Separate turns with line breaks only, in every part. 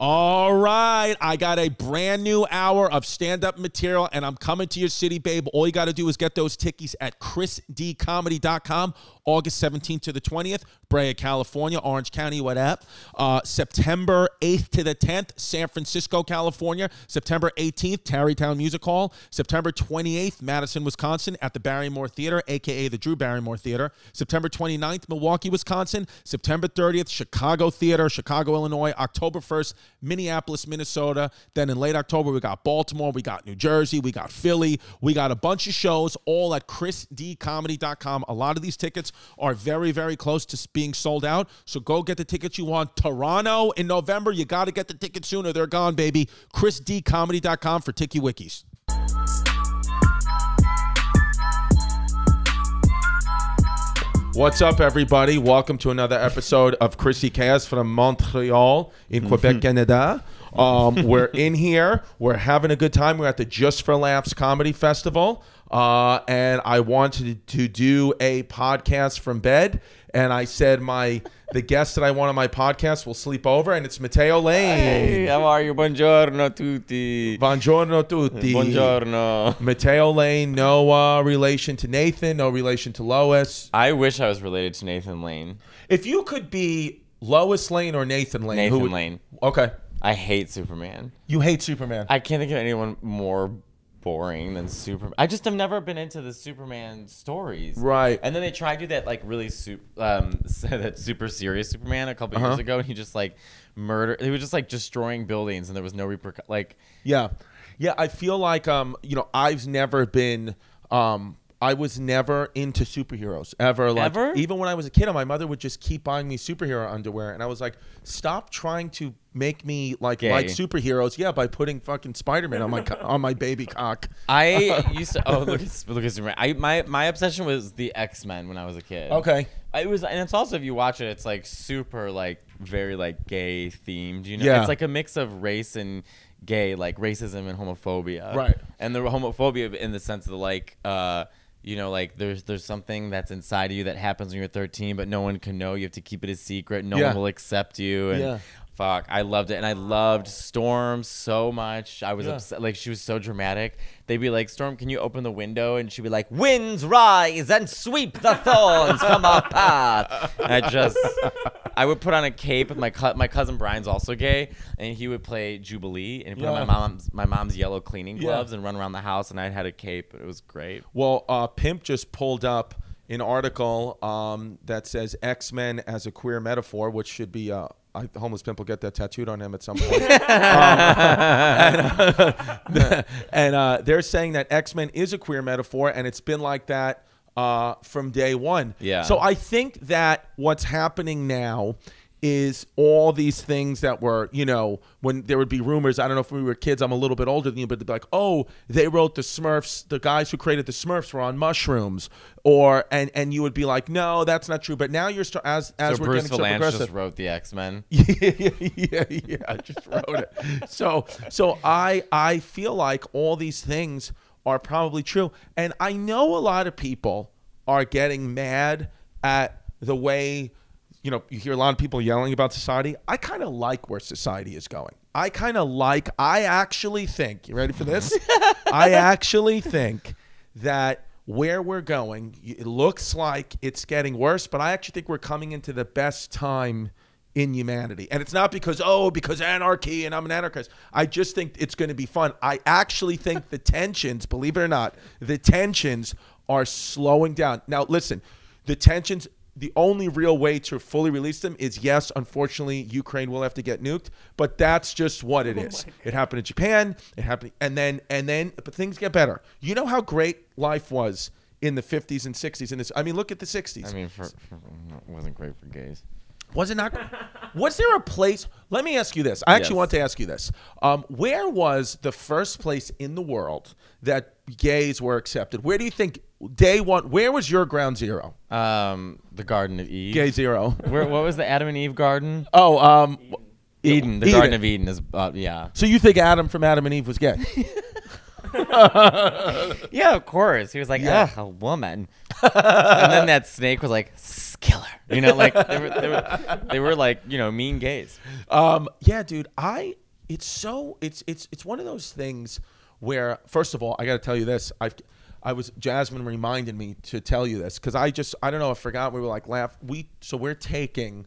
All right, I got a brand new hour of stand up material, and I'm coming to your city, babe. All you got to do is get those tickies at chrisdcomedy.com, August 17th to the 20th, Brea, California, Orange County, what up? Uh, September 8th to the 10th, San Francisco, California, September 18th, Tarrytown Music Hall, September 28th, Madison, Wisconsin, at the Barrymore Theater, aka the Drew Barrymore Theater, September 29th, Milwaukee, Wisconsin, September 30th, Chicago Theater, Chicago, Illinois, October 1st, Minneapolis, Minnesota. Then in late October, we got Baltimore, we got New Jersey, we got Philly, we got a bunch of shows all at chrisdcomedy.com. A lot of these tickets are very, very close to being sold out. So go get the tickets you want. Toronto in November, you got to get the tickets sooner. They're gone, baby. chrisdcomedy.com for Tiki Wikis. What's up, everybody? Welcome to another episode of Chrissy Cas from Montreal in
Mm-hmm.
Quebec, Canada. Um, we're in here. We're having a good time. We're at the Just for Laughs Comedy Festival. Uh, and I wanted to do a podcast from bed. And I said my the guest that I want on my podcast will sleep over, and it's Matteo Lane.
Hey, how are you? Buongiorno tutti.
Buongiorno tutti.
Buongiorno.
Matteo Lane, no uh, relation to Nathan, no relation to Lois.
I wish I was related to Nathan Lane.
If you could be Lois Lane or Nathan Lane,
Nathan
who would-
Lane.
Okay,
I hate Superman.
you hate Superman.
I can't think of anyone more boring than Superman. I just have never been into the Superman stories.
Right.
And then they tried to do that like really super um that super serious Superman a couple
Uh-huh.
years ago and he just like murder he was just like destroying buildings and there was no repercussion. like
yeah, yeah. I feel like um, you know, I've never been um. I was never into superheroes ever. Like,
Ever?
Even when I was a kid, my mother would just keep buying me superhero underwear, and I was like, "Stop trying to make me like
Gay.
like superheroes." Yeah, by putting fucking Spider Man on my co- on my baby cock.
I used to oh look at look at Superman. I my my obsession was the X Men when I was a kid.
Okay.
It was, and it's also if you watch it, it's like super like very like gay themed. You know,
Yeah.
it's like a mix of race and gay, like racism and homophobia.
Right.
And the homophobia in the sense of like, uh, you know, like there's there's something that's inside of you that happens when you're 13, but no one can know. You have to keep it a secret. No
Yeah.
one will accept you. And
Yeah.
fuck, I loved it, and I loved Storm so much. I was upset. Like she was so dramatic. They'd be like, "Storm, can you open the window?" And she'd be like, "Winds rise and sweep the thorns from our path." And I just, I would put on a cape. With my cu- my cousin Brian's also gay, and he would play Jubilee and put on
Yeah.
my mom's my mom's yellow cleaning
Yeah.
gloves and run around the house. And I had a cape. It was great.
Well, uh, Pimp just pulled up an article um, that says X Men as a queer metaphor, which should be. Uh, I, homeless pimp will get that tattooed on him at some point. Um, and uh, and, uh, they're saying that X Men is a queer metaphor, and it's been like that uh, from day one.
Yeah.
So I think that what's happening now is all these things that were, you know, when there would be rumors. I don't know if we were kids. I'm a little bit older than you, but they'd be like, "Oh, they wrote the Smurfs. The guys who created the Smurfs were on mushrooms," or and and you would be like, "No, that's not true." But now you're start as as
so
we're
Bruce
getting so
Valanche
progressive.
just wrote the X Men.
yeah, yeah, yeah, yeah. I just wrote it. So, so I I feel like all these things are probably true, and I know a lot of people are getting mad at the way you know you hear a lot of people yelling about society. I kind of like where society is going. I kind of like. I actually think you ready for this? I actually think that where we're going, it looks like it's getting worse, but I actually think we're coming into the best time in humanity. And it's not because, oh, because anarchy and I'm an anarchist. I just think it's going to be fun. I actually think the tensions, believe it or not, the tensions are slowing down. Now, listen, the tensions. The only real way to fully release them is yes, unfortunately, Ukraine will have to get nuked, but that's just what it is. It happened in Japan, it happened and then and then but things get better. You know how great life was in the 50s and 60s and this I mean look at the 60s.
I mean, for, for it wasn't great for gays.
Was it not? Was there a place? Let me ask you this. I actually
Yes.
want to ask you this. Um, where was the first place in the world that gays were accepted? Where do you think day one? Where was your ground zero?
Um, the Garden of Eve.
Gay zero.
Where, what was the Adam and Eve garden?
Oh, um,
Eden. The Garden of Eden is, uh, yeah.
So you think Adam from Adam and Eve was gay?
yeah, of course. He was like,
Yeah.
ugh, a woman. and then that snake was like, skiller. You know, like they were, they were, they were like, you know, mean gays.
Um, yeah, dude. I it's so it's it's it's one of those things where first of all, I got to tell you this. I've I was Jasmine reminded me to tell you this because I just I don't know I forgot we were like laugh we so we're taking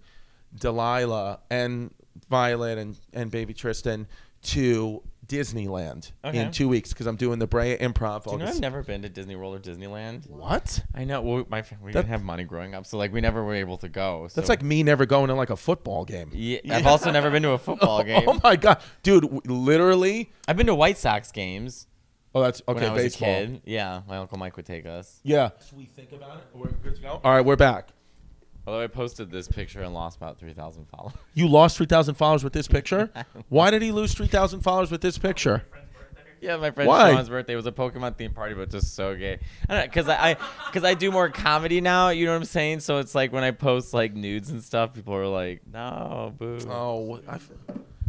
Delilah and Violet and and baby Tristan to Disneyland
Okay.
in two weeks because I'm doing the Brea Improv.
You know,
August-
I've never been to Disney World or Disneyland.
what?
I know. Well, my fam- we didn't have money growing up, so like we never were able to go. So.
That's like me never going to like a football game.
Yeah, I've also never been to a football game.
Oh my god, dude! w- Literally.
I've been to White Sox games
Oh, that's okay.
when I was
baseball.
a kid. Yeah, my uncle Mike would take us.
Yeah. We think about it. We're good to go. All right, we're back.
Although I posted this picture and lost about three thousand followers.
You lost 3,000 followers with this picture? Why did he lose 3,000 followers with this picture?
Yeah, my friend
Why?
Sean's birthday was a Pokemon themed party, but just so gay. I don't know, cause I, I, cause I do more comedy now. You know what I'm saying? So it's like when I post like nudes and stuff, people are like, "No, boo."
Oh, I,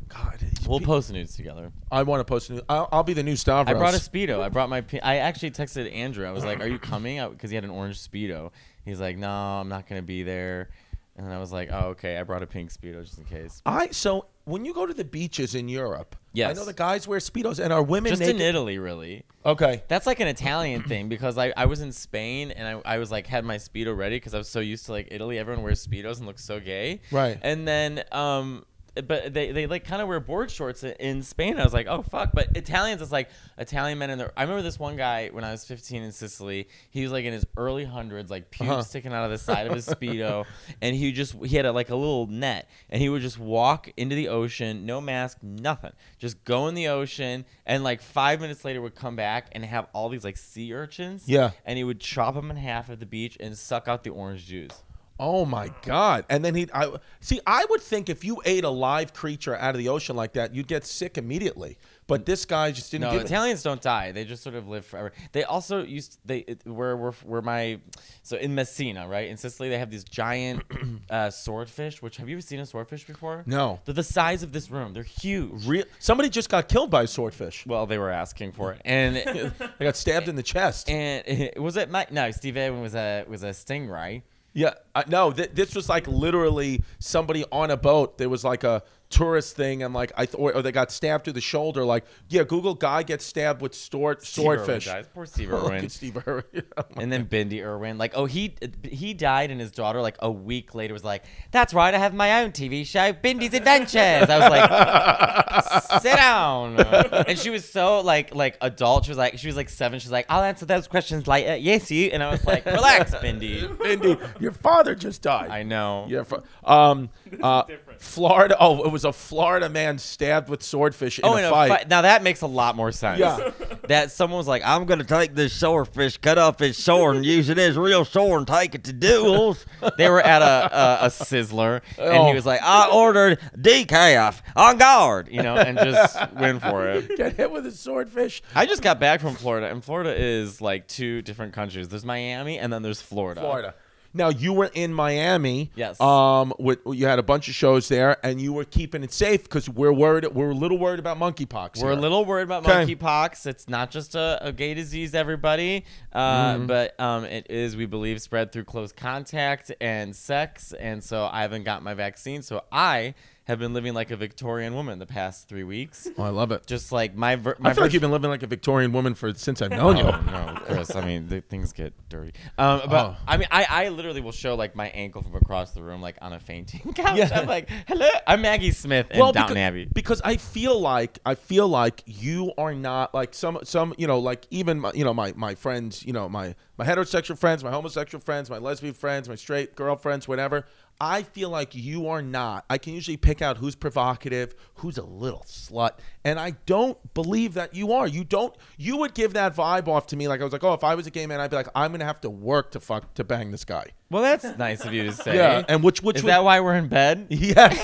God.
we'll post nudes together.
I want to post a new. I'll, I'll be the new Stavros.
I brought a speedo. I brought my. P- I actually texted Andrew. I was like, "Are you coming?" Because he had an orange speedo. He's like, "No, I'm not gonna be there." And then I was like, "Oh, okay." I brought a pink speedo just in case.
I so when you go to the beaches in Europe, I
Yes.
know the guys wear speedos and are women
Just
naked.
in Italy, really.
Okay.
That's like an Italian thing because I, I was in Spain and I, I was like had my speedo ready because I was so used to like Italy everyone wears speedos and looks so gay
Right.
and then um but they, they like kind of wear board shorts i- in Spain I was like oh fuck but Italians it's like Italian men in their I remember this one guy when I was 15 in Sicily he was like in his early hundreds like pubes
Uh-huh.
sticking out of the side of his speedo and he just he had a, like a little net and he would just walk into the ocean no mask nothing just go in the ocean and like five minutes later would come back and have all these like sea urchins
Yeah.
and he would chop them in half at the beach and suck out the orange juice
Oh my God! And then he, I see. I would think if you ate a live creature out of the ocean like that, you'd get sick immediately. But this guy just didn't
No,
give it.
Italians don't die. They just sort of live forever. They also used they it, where where where my so in Messina, right in Sicily, they have these giant uh, swordfish. Which have you ever seen a swordfish before?
No.
They're the size of this room. They're huge.
Real, somebody just got killed by a swordfish.
Well, they were asking for it, and
They got stabbed in the chest.
and it, was it my no Steve Irwin was a was a stingray.
Yeah, uh, no, th- this was like literally somebody on a boat. There was like a tourist thing, and like I th- or, or they got stabbed through the shoulder. Like, yeah, Google guy gets stabbed with stor-
Steve Irwin
swordfish. Oh,
dies. Poor Steve
Look
Irwin.
at Steve Irwin.
and then Bindi Irwin, like, oh, he he died, and his daughter, like, a week later was like, "That's right, I have my own TV show, Bindi's Adventures." I was like, "Sit down," and she was so like like adult. She was like she was like seven. She's like, "I'll answer those questions later." Yes, you. And I was like, "Relax, Bindi."
Mindy, your father just died.
I know.
Your fa- um, uh, Florida. Oh, it was a Florida man stabbed with swordfish in
Oh,
a
in a
fight.
fight. Now that makes a lot more sense.
Yeah.
that someone was like, "I'm gonna take this swordfish, cut
off his sword and use it as real sword and take it to duels.
They were at a a, a sizzler, and
Oh.
he was like,
I ordered decaf on guard.
you know, and just went for it.
Get hit with a swordfish.
I just got back from Florida, and Florida is like two different countries. There's Miami, and then there's Florida.
Florida. Now you were in Miami.
Yes.
Um, with you had a bunch of shows there, and you were keeping it safe because we're worried. We're a little worried about monkeypox.
We're a
here.
little worried about
Okay.
monkeypox. It's not just a, a gay disease, everybody, uh,
Mm-hmm.
but um, it is, we believe, spread through close contact and sex. And so I haven't got my vaccine, so I have been living like a Victorian woman the past three weeks.
Oh, I love it.
Just like my, ver- my
I feel like
version-
you've been living like a Victorian woman for since I've known you.
Oh no, Chris. I mean, the things get dirty. Um, but
Oh.
I mean, I, I literally will show like my ankle from across the room, like on a fainting couch. I'm like, hello, I'm Maggie Smith in
Well,
Downton
becau-
Abbey.
because I feel like I feel like you are not like some some you know like even my, you know my my friends you know my my heterosexual friends my homosexual friends my lesbian friends my straight girlfriends whatever I feel like you are not I can usually pick out who's provocative who's a little slut and I don't believe that you are you don't you would give that vibe off to me like I was like oh if I was a gay man I'd be like I'm gonna have to work to fuck to bang this guy
Well, that's nice of you to say.
yeah and which which
is
would-
that why we're in bed?
Yes.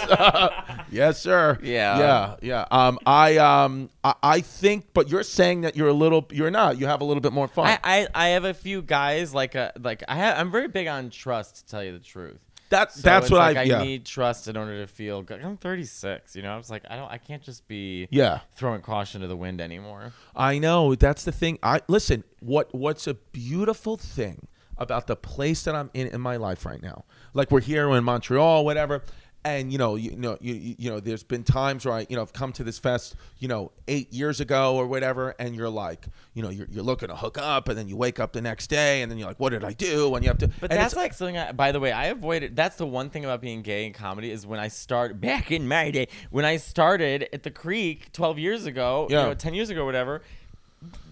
yes, sir.
Yeah.
Yeah. Yeah. Um, I um I, I think but you're saying that you're a little you're not. You have a little bit more fun.
uh, I, I, I have a few guys like a like I have, I'm very big on trust to tell you the truth.
That
So
that's
it's
what
like
I,
I
yeah.
need trust in order to feel good. I'm 36, you know. I was like, I don't, I can't just be
Yeah.
throwing caution to the wind anymore.
I know that's the thing. I listen. What what's a beautiful thing about the place that I'm in in my life right now? Like we're here in Montreal, whatever. And you know, you know, you, you you know, there's been times where I, you know, I've come to this fest, you know, eight years ago or whatever, and you're like, you know, you're, you're looking to hook up, and then you wake up the next day, and then you're like, what did I do? And you have to,
But
and
that's
it's-
like something. I, by the way, I avoided. That's the one thing about being gay in comedy is when I start back in my day when I started at the Creek 12 years ago,
Yeah.
you know, 10 years ago, whatever.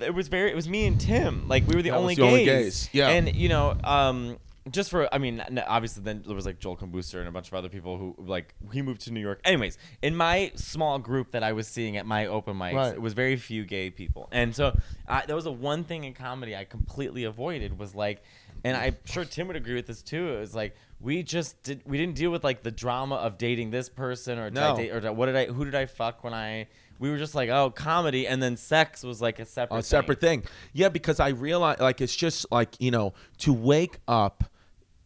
It was very. It was me and Tim. Like we were the,
That
only,
was the only
gays.
gays, yeah.
And you know, um, just for I mean, n- obviously then there was like Joel Combooster and a bunch of other people who like he moved to New York. Anyways, in my small group that I was seeing at my open mics,
Right.
it was very few gay people, and so I, that was the one thing in comedy I completely avoided was like, and I'm sure Tim would agree with this too. It was like we just did we didn't deal with like the drama of dating this person or did I
No.
date, or did I- what did I who did I fuck when I. We were just like, oh, comedy, and then sex was like a separate,
a separate thing. Yeah, because I realize like it's just like you know to wake up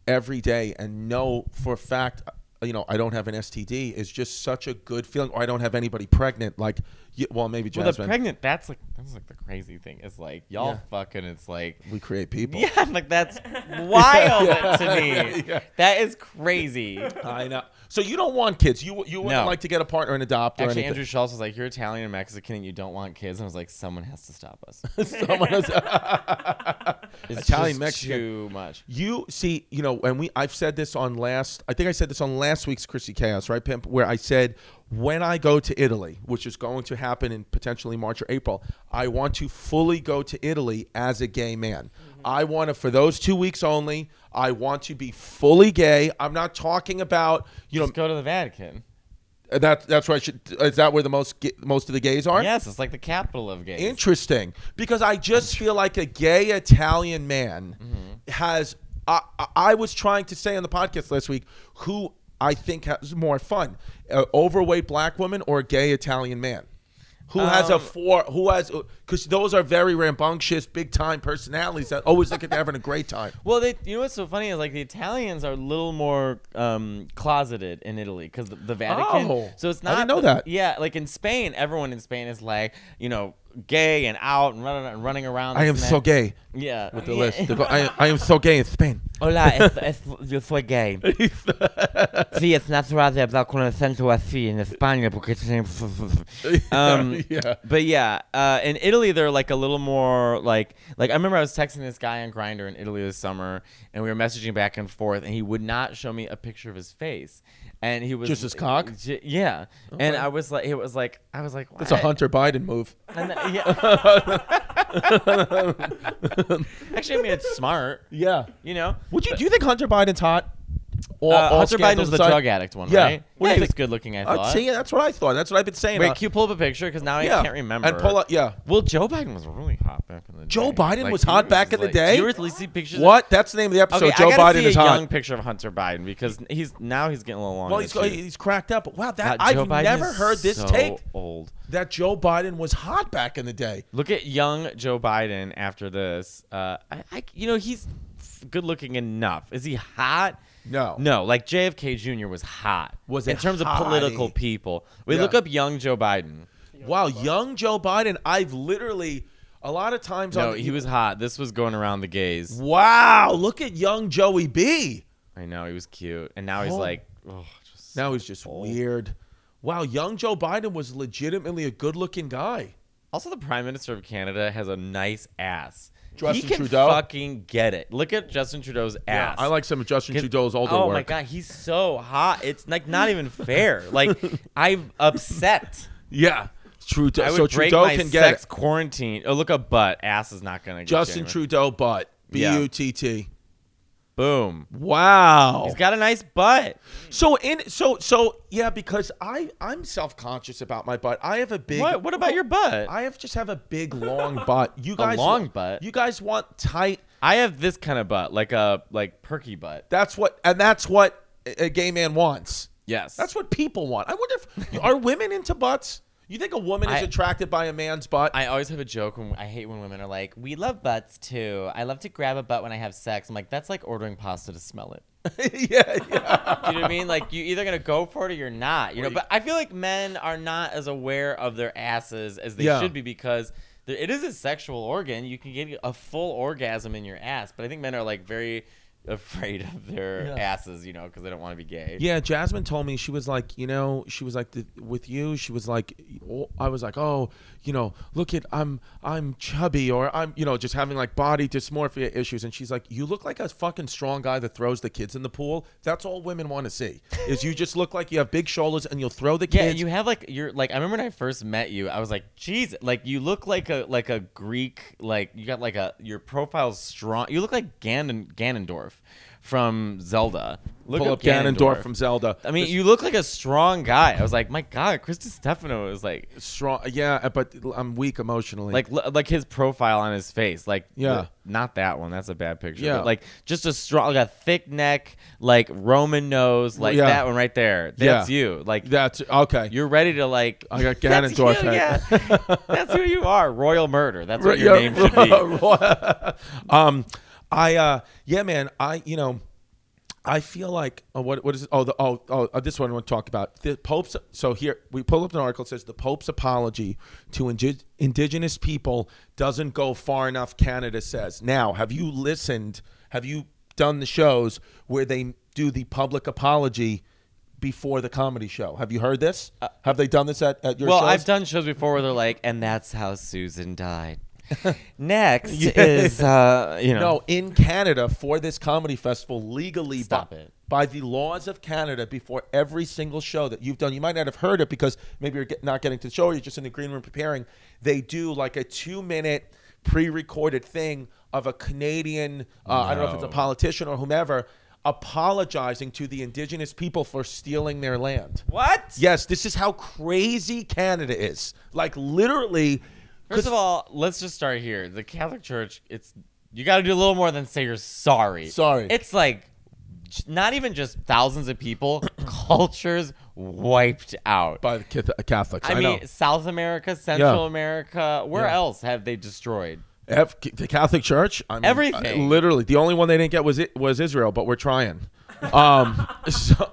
every day and know for a fact you know I don't have an STD is just such a good feeling, or I don't have anybody pregnant. Like, y- well, maybe
Well,
Jasmine.
the pregnant, that's like that's like the crazy thing. It's like y'all
Yeah.
fucking. It's like
we create people.
yeah, I'm like that's wild
Yeah.
to me.
Yeah.
That is crazy.
I know. So you don't want kids. You you wouldn't
No.
like to get a partner and adopt or
Actually, Andrew
anything.
Schultz was like, "You're Italian and Mexican, and you don't want kids." And I was like, "Someone has to stop us."
Someone else-
It's
Italian,
just
Mexican.
too much.
You see, you know, and we I've said this on last I think I said this on last week's Chrissy Chaos, right, Pimp, where I said when I go to Italy, which is going to happen in potentially March or April, I want to fully go to Italy as a gay man. I want to for those two weeks only, I want to be fully gay. I'm not talking about, you
Just go to the Vatican.
know, that that's where I should is that where the most ga- most of the gays are?
Yes, it's like the capital of gays.
Interesting, because I just feel like a gay Italian man has. I, I- I was trying to say on the podcast last week who I think has more fun: a overweight black woman or a gay Italian man. Who has a
Um,
four? Who has? Because those are very rambunctious, big time personalities that always look at having a great time.
Well, they, you know what's so funny is like the Italians are a little more um, closeted in Italy because the, the Vatican.
Oh,
so it's
I
not.
didn't know
the-
that.
Yeah, like in Spain, everyone in Spain is like you know gay and out and running and running around.
I
this
am
and
so
that.
gay.
Yeah.
With the list, They go, I, I am so gay in Spain.
Hola, es, es, yo soy gay. sí, es natural de hablar con el acento así en España porque tenemos...
Um,
yeah.
But yeah, uh, in Italy they're like a little more like like I remember I was texting this guy on Grinder in Italy this summer, and we were messaging back and forth, and he would not show me a picture of his face, and he was
Just his cock?
J- Yeah, and I was like, it was like I was like,
That's a
"What?"
Hunter Biden move.
And then- yeah. Actually, I mean it's smart,
Yeah.
you know.
Would you? Do you think Hunter Biden's hot? All,
Uh,
all
Hunter Biden
scandals
was the
aside?
drug addict one,
Yeah.
right?
What do
Yeah,
you
he was
think?
good looking. I
Uh,
thought.
see, that's what I thought. That's what I've been saying.
Wait,
Uh,
can you pull up a picture? Because now
yeah.
I can't remember.
And pull up, yeah.
Well, Joe Biden was really hot back in the day.
Joe Biden was
he
hot back in the
like-
day?
Do you really see pictures? of-
What? That's the name of the episode.
Okay,
Joe
I gotta
Biden
see
is
a
hot.
young picture of Hunter Biden because he's now he's getting a little long.
well,
in
he's,
the tooth.
he's cracked up. Wow, that
God, Joe
I've
Biden
never
is
heard this
so
take
Old.
that Joe Biden was hot back in the day.
Look at young Joe Biden after this. Uh, I, I, you know, he's good looking enough. Is he hot?
No.
No, like JFK Jr. was hot.
Was
in
a
terms of political
hottie.
people. We
Yeah.
look up young Joe Biden.
wow, young Joe Biden. I've literally a lot of times.
No,
on the-
he was hot. This was going around the gays.
Wow, look at young Joey B.
I know he was cute, and now he's
Oh.
like, oh, just
Now he's just weird. Wow, young Joe Biden was legitimately a good-looking guy.
also the prime minister of Canada has a nice ass.
Justin
he can
Trudeau?
fucking get it. Look at Justin Trudeau's ass.
I like some of Justin
'Cause-
Trudeau's older
Oh
work.
my god, he's so hot. It's like not even fair. Like I'm upset.
Yeah, Trudeau.
I would
so
break
Trudeau
my
can get
sex
it.
quarantine. Oh, look up butt. Ass is not gonna. Get
Justin
genuine.
Trudeau, butt. B
Yeah.
U T T.
Boom.
Wow.
He's got a nice butt.
So in so so yeah, because I I'm self conscious about my butt. I have a big.
What? What about your butt?
I have just have a big long butt. You guys
long butt?
You guys want tight.
I have this kind of butt, like a like perky butt.
That's what and that's what a a gay man wants.
Yes.
That's what people want. I wonder if are women into butts. You think a woman is
I-
attracted by a man's butt?
I always have a joke when I hate when women are like, "We love butts too." I love to grab a butt when I have sex. I'm like, that's like ordering pasta to smell it.
yeah, yeah.
You know what I mean? Like, you're either gonna go for it or you're not. You know. But I feel like men are not as aware of their asses as they
Yeah.
should be because there, it is a sexual organ. You can get a full orgasm in your ass, but I think men are like very afraid of their asses, you know, because they don't want to be gay.
Yeah, Jasmine told me she was like, you know, she was like the, with you. She was like, oh, I was like, oh, you know, look at I'm I'm chubby or I'm you know just having like body dysmorphia issues, and she's like, you look like a fucking strong guy that throws the kids in the pool. That's all women want to see is you just look like you have big shoulders and you'll throw the
Yeah,
kids.
you have like you're like I remember when I first met you, I was like, "Jeez, like you look like a like a Greek like you got like a your profile's strong. You look like Ganon Ganondorf from Zelda. Look
pull up Ganondorf from Zelda.
I mean,
The
you look like a strong guy. I was like, "My God, Chris Stefano is like
strong. Yeah, but I'm weak emotionally.
like l- like his profile on his face like
Yeah.
not that one that's a bad picture
Yeah.
but like just a strong like a thick neck like roman nose like
Yeah.
that one right there that's
Yeah.
you like
that's okay.
you're ready to like.
I got
That's
Ganondorf
you,
head.
yeah. That's who you are. Royal murder. That's what your
Right,
name should be.
yeah. um, I uh, yeah, man. I you know, I feel like oh, what what is it? oh the oh oh uh, this one I want to talk about the Pope's. So here we pull up an article. It says the Pope's apology to indi- indigenous people doesn't go far enough. Canada says. Now, have you listened? Have you done the shows where they do the public apology? Before the comedy show, have you heard this? have they done this at, at your
Uh, Well,
shows?
I've done shows before where they're like, and that's how Susan died. Next is, uh, you know,
No, in Canada for this comedy festival, legally
Stop
by,
it.
by the laws of Canada, before every single show that you've done, you might not have heard it because maybe you're get, not getting to the show or you're just in the green room preparing. They do like a two minute pre recorded thing of a Canadian, uh, I don't know if it's a
No.
politician or whomever, apologizing to the indigenous people for stealing their land.
what?
Yes, this is how crazy Canada is. Like literally.
First of all, let's just start here. The Catholic Church, it's you got to do a little more than say you're sorry.
Sorry.
It's like j- not even just thousands of people, cultures wiped out.
by the Cath- Catholics, I,
I mean,
know.
South America, Central
Yeah.
America, where else have they destroyed?
Ev- the Catholic Church, I mean,
Everything.
uh, literally, the only one they didn't get was it was Israel, but we're trying. Um, so,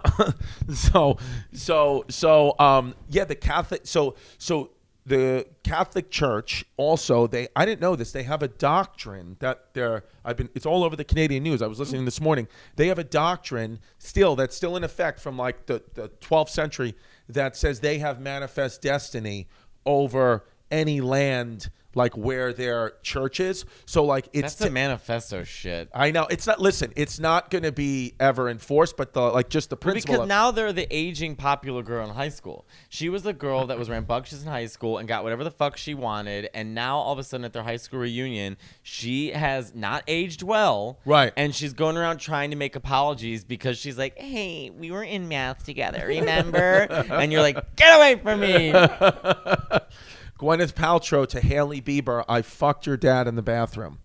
so, so, so, um, yeah, the Catholic, so, so the Catholic Church also they I didn't know this they have a doctrine that they're I've been it's all over the Canadian news I was listening this morning they have a doctrine still that's still in effect from like the the 12th century that says they have manifest destiny over any land like where their church is. So like it's
That's the manifesto shit.
I know it's not. Listen, it's not going to be ever enforced, but the like just the principle.
Because
of-
now they're the aging popular girl in high school. She was the girl that was rambunctious in high school and got whatever the fuck she wanted. And now all of a sudden at their high school reunion, she has not aged well.
Right.
And she's going around trying to make apologies because she's like, hey, we were in math together, remember? and you're like, get away from me.
Gwyneth Paltrow to Haley Bieber, I fucked your dad in the bathroom.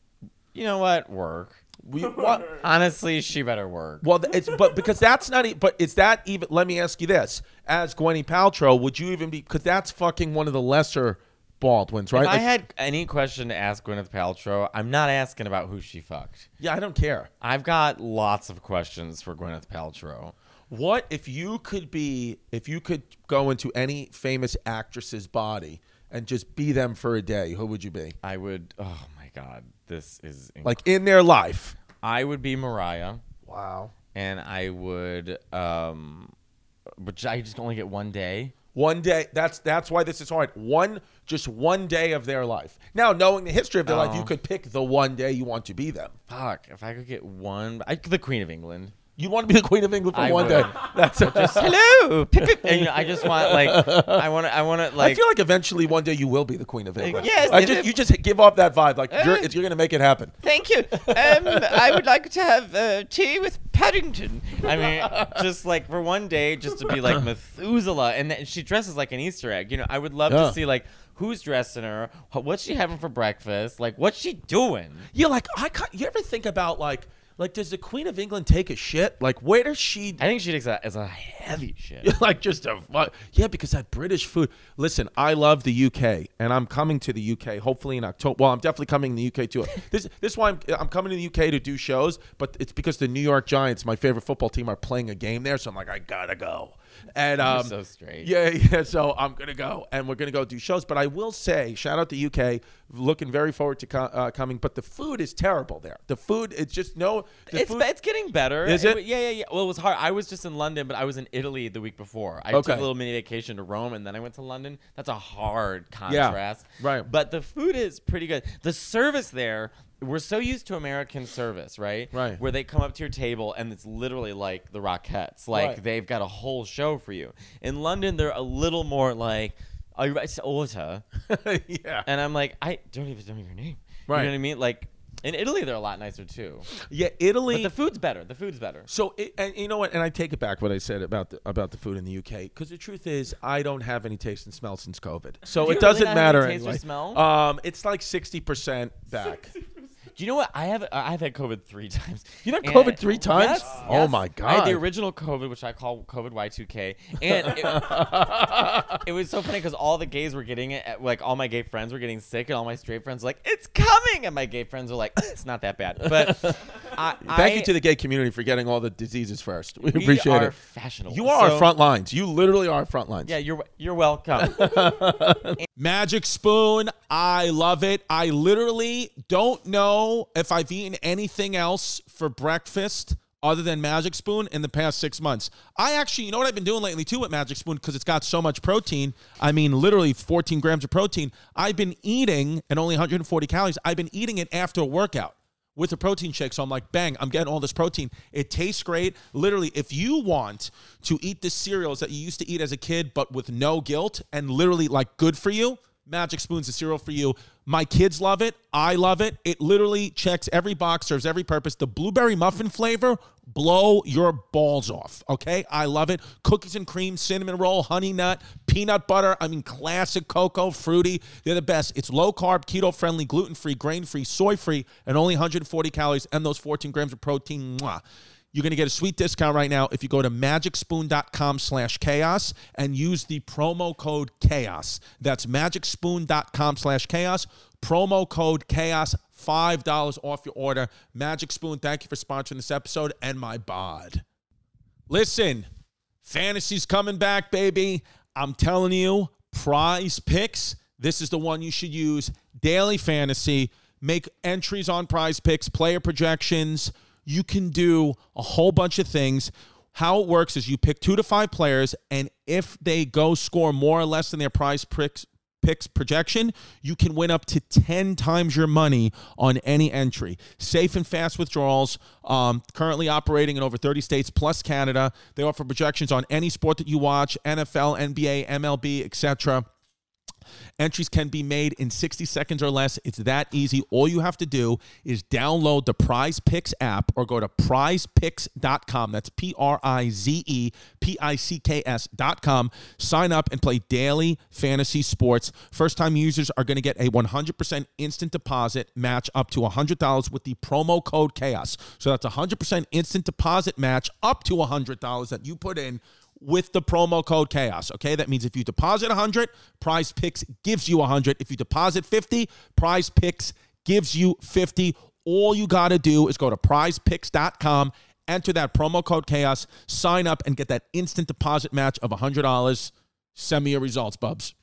You know what? Work.
We what?
Honestly, she better work.
Well, th- it's but because that's not. e- But is that even? Let me ask you this: As Gwyneth Paltrow, would you even be? Because that's fucking one of the lesser Baldwins, right?
If I
Like-
had any question to ask Gwyneth Paltrow, I'm not asking about who she fucked.
yeah, I don't care.
I've got lots of questions for Gwyneth Paltrow.
What if you could be? If you could go into any famous actress's body and just be them for a day, who would you be?
I would. Oh my God, this is inc-
Like in their life.
I would be Mariah,
Wow.
and I would. um But I just only get one day.
One day. That's that's why this is hard. One just one day of their life. Now, knowing the history of their life, you
Oh.
could pick the one day you want to be them.
Fuck! If I could get one, I, the Queen of England.
You want to be the Queen of England for
I
one
would.
day. That's
Hello, pip, pip. And, you know, I just want like I want to I want to like
I feel like eventually one day you will be the Queen of England.
yes,
I
it
just,
is. Eh.
you just give off that vibe. Like you're, it's- you're going to make it happen.
Thank you. Um, I would like to have uh, tea with Paddington.
I mean, just like for one day, just to be like Methuselah, and then she dresses like an Easter egg. You know, I would love
Yeah.
to see like who's dressing her, wh- what's she having for breakfast, like what's she doing.
Yeah, like I ca- you ever think about like Like, does the Queen of England take a shit? Like, where does she?
I think she takes a, as a heavy shit.
like just a fu- yeah because that british food listen i love the uk and i'm coming to the uk hopefully in october well i'm definitely coming to the uk too this this is why I'm, I'm coming to the uk to do shows but it's because the new york giants my favorite football team are playing a game there so i'm like i gotta go and um
so straight.
yeah yeah so i'm gonna go and we're gonna go do shows but i will say shout out to uk looking very forward to co- uh, coming but the food is terrible there the food it's just no the
It's,
food,
it's getting better.
Is it?
wa- Yeah, yeah, yeah. Well, it was hard. I was just in London, but I was in Italy the week before. I
Okay.
took a little mini vacation to Rome, and then I went to London. That's a hard contrast.
right.
But the food is pretty good. The service there, we're so used to American service, right?
Right.
Where they come up to your table, and it's literally like the Rockettes. Like
Right.
they've got a whole show for you. In London, they're a little more like, "Oh, "Are you ready to order?"
yeah
And I'm like, I don't even know your name.
Right.
You know what I mean? Like. In Italy, they're a lot nicer too.
yeah italy
But the food's better. The food's better.
So, it, and you know what? And I take it back what I said about the, about the food in the UK because the truth is, I don't have any taste and smell since COVID, so
Do
it
you really
doesn't
not have
matter.
any taste or
anyway.
smell?
Um, it's like sixty percent back.
Do you know what? I have I've had COVID three times. You
had COVID three times?
Yes,
Oh
yes.
my
I had
God.
the original COVID, which I call COVID Y two K, and it, it was so funny because all the gays were getting it. Like all my gay friends were getting sick, and all my straight friends were like, "It's coming," and my gay friends were like, "It's not that bad." But I,
Thank you to the gay community for getting all the diseases first. We,
we
appreciate
are
it.
Fashionable.
You are
So-
our front lines. You literally are our front lines.
Yeah, you're you're welcome.
Magic Spoon, I love it. I literally don't know if I've eaten anything else for breakfast other than Magic Spoon in the past six months. I actually, you know what I've been doing lately too with Magic Spoon because it's got so much protein. I mean, literally 14 grams of protein. I've been eating and only 140 calories. I've been eating it after a workout with a protein shake. So I'm like, bang, I'm getting all this protein. It tastes great. Literally, if you want to eat the cereals that you used to eat as a kid, but with no guilt and literally like good for you, Magic Spoon's a cereal for you. My kids love it. I love it. It literally checks every box, serves every purpose. The blueberry muffin flavor, blow your balls off. Okay. I love it. Cookies and cream, cinnamon roll, honey nut, peanut butter. I mean, classic cocoa, fruity. They're the best. It's low carb, keto friendly, gluten free, grain free, soy free, and only 140 calories and those 14 grams of protein. Mwah. You're going to get a sweet discount right now if you go to magicspoon.com slash chaos and use the promo code chaos. That's magicspoon.com slash chaos. Promo code chaos, $5 off your order. Magic Spoon, thank you for sponsoring this episode and my bod. Listen, fantasy's coming back, baby. I'm telling you, prize picks. This is the one you should use. Daily fantasy. Make entries on prize picks, player projections. You can do a whole bunch of things. How it works is you pick two to five players, and if they go score more or less than their prize picks, picks projection, you can win up to 10 times your money on any entry. Safe and fast withdrawals, um, currently operating in over 30 states plus Canada. They offer projections on any sport that you watch, NFL, NBA, MLB, etc. Entries can be made in 60 seconds or less. It's that easy. All you have to do is download the Prize Picks app or go to prizepicks.com. That's P R I Z E P I C K S.com. Sign up and play daily fantasy sports. First time users are going to get a 100% instant deposit match up to $100 with the promo code CHAOS. So that's 100% instant deposit match up to $100 that you put in with the promo code chaos okay that means if you deposit 100 prize picks gives you 100 if you deposit 50 prize picks gives you 50 all you gotta do is go to prizepicks.com enter that promo code chaos sign up and get that instant deposit match of $100 send me your results bubs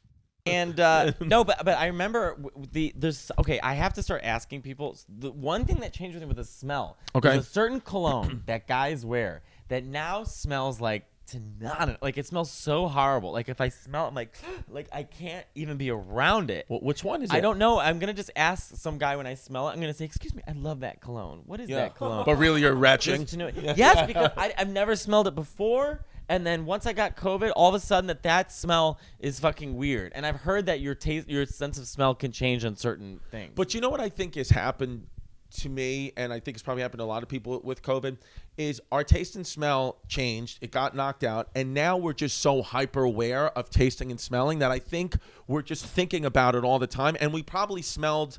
And uh, no, but but I remember w- w- the there's okay. I have to start asking people. The one thing that changed with me was the smell.
Okay.
there's a certain cologne that guys wear that now smells like to not like it smells so horrible. Like if I smell, it, I'm like like I can't even be around it.
which one is
I don't know. I'm gonna just ask some guy when I smell it. I'm gonna say, "Excuse me, I love that cologne. What is that cologne?"
but really you're retching
Just to know it. Yes, because I, I've never smelled it before. And then once I got COVID, all of a sudden that that smell is fucking weird. And I've heard that your taste, your sense of smell can change on certain things.
But you know what I think has happened to me, and I think it's probably happened to a lot of people with COVID, is our taste and smell changed. It got knocked out, and now we're just so hyper aware of tasting and smelling that I think we're just thinking about it all the time, and we probably smelled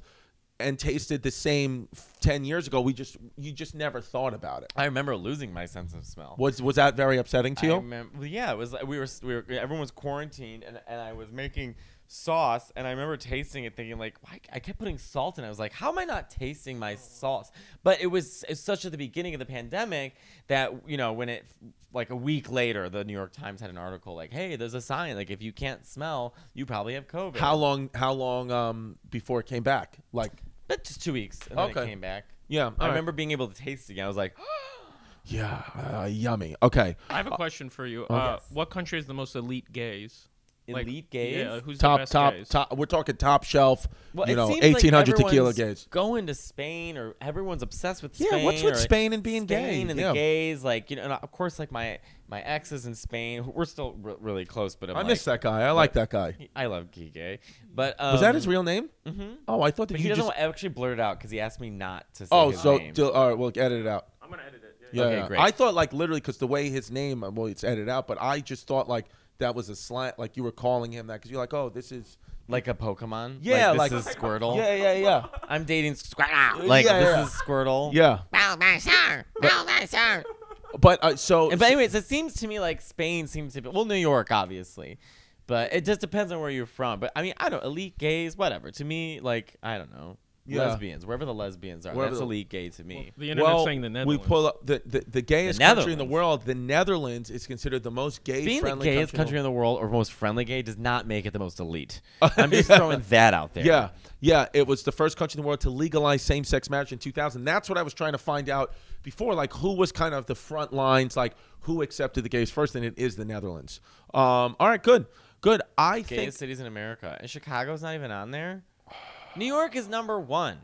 and tasted the same f- 10 years ago we just you just never thought about it
I remember losing my sense of smell.
was was that very upsetting to
I
you
remem- well, yeah, it was. like- We were. We were. Everyone was quarantined, and, and I was making sauce, and I remember tasting it, thinking like, why? I kept putting salt, in. I was like, how am I not tasting my sauce? But it was, it's such at the beginning of the pandemic that you know when it like a week later, the New York Times had an article like, hey, there's a sign like if you can't smell, you probably have COVID.
how long how long um before it came back like
But just two weeks, and then
Okay.
it came back.
yeah all
I
right.
remember being able to taste it again. I was like, "Oh,
yeah uh, yummy okay
I have a question for you.
Oh,
Uh,
Yes.
what country is the most elite gays? Like,
elite gays.
Yeah, who's the
top
best
top
gays?
top we're talking top shelf
Well,
you
it
know
seems
1800
like
tequila
everyone's
gays
Going to Spain or everyone's obsessed with Spain.
yeah what's with
or
spain and being
Spain
gay
and
yeah.
the gays? Like you know, and of course, like my my ex is in Spain. We're still re- really close, but I'm
i
like,
miss that guy i like that guy
I love Gay, but um,
was that his real name mm-hmm. oh i thought that
But he
you
doesn't
just
want- actually blurt it out because he asked me not to. Say
Oh,
his
so
name.
do- all right, we'll edit it out.
I'm gonna edit it.
Yeah,
Okay,
yeah.
great.
I thought like literally because the way his name, uh, well, it's edited out, but I just thought like that was a slant, like you were calling him that because you're like, oh, this is
like a Pokemon.
Yeah,
like,
like-
this is Squirtle.
yeah, yeah, yeah,
I'm dating Squirtle. Like
Yeah,
this
yeah.
is Squirtle.
yeah.
Well, my sir. Well, my sir.
But uh, so,
And- But anyways, it seems to me like Spain seems to be well, New York obviously, but it just depends on where you're from. But I mean, I don't elite gays, whatever. To me, like I don't know,
Yeah.
lesbians, wherever the lesbians are,
Wherever
that's
the-
elite gay to me.
The internet's
well,
saying the
we
Netherlands.
pull up the the, the gayest
The
country in the
Netherlands.
world. The Netherlands is considered the most gay
Being the
friendly
gayest country
country.
in the world or most friendly gay does not make it the most elite. I'm just throwing that out there.
yeah, yeah, it was the first country in the world to legalize same-sex marriage in 2000. That's what I was trying to find out before, like who was kind of the front lines, like who accepted the gays first, and it is the Netherlands. Um, all right, good, good. I think
gayest cities in America, and Chicago's not even on there. New York is number one.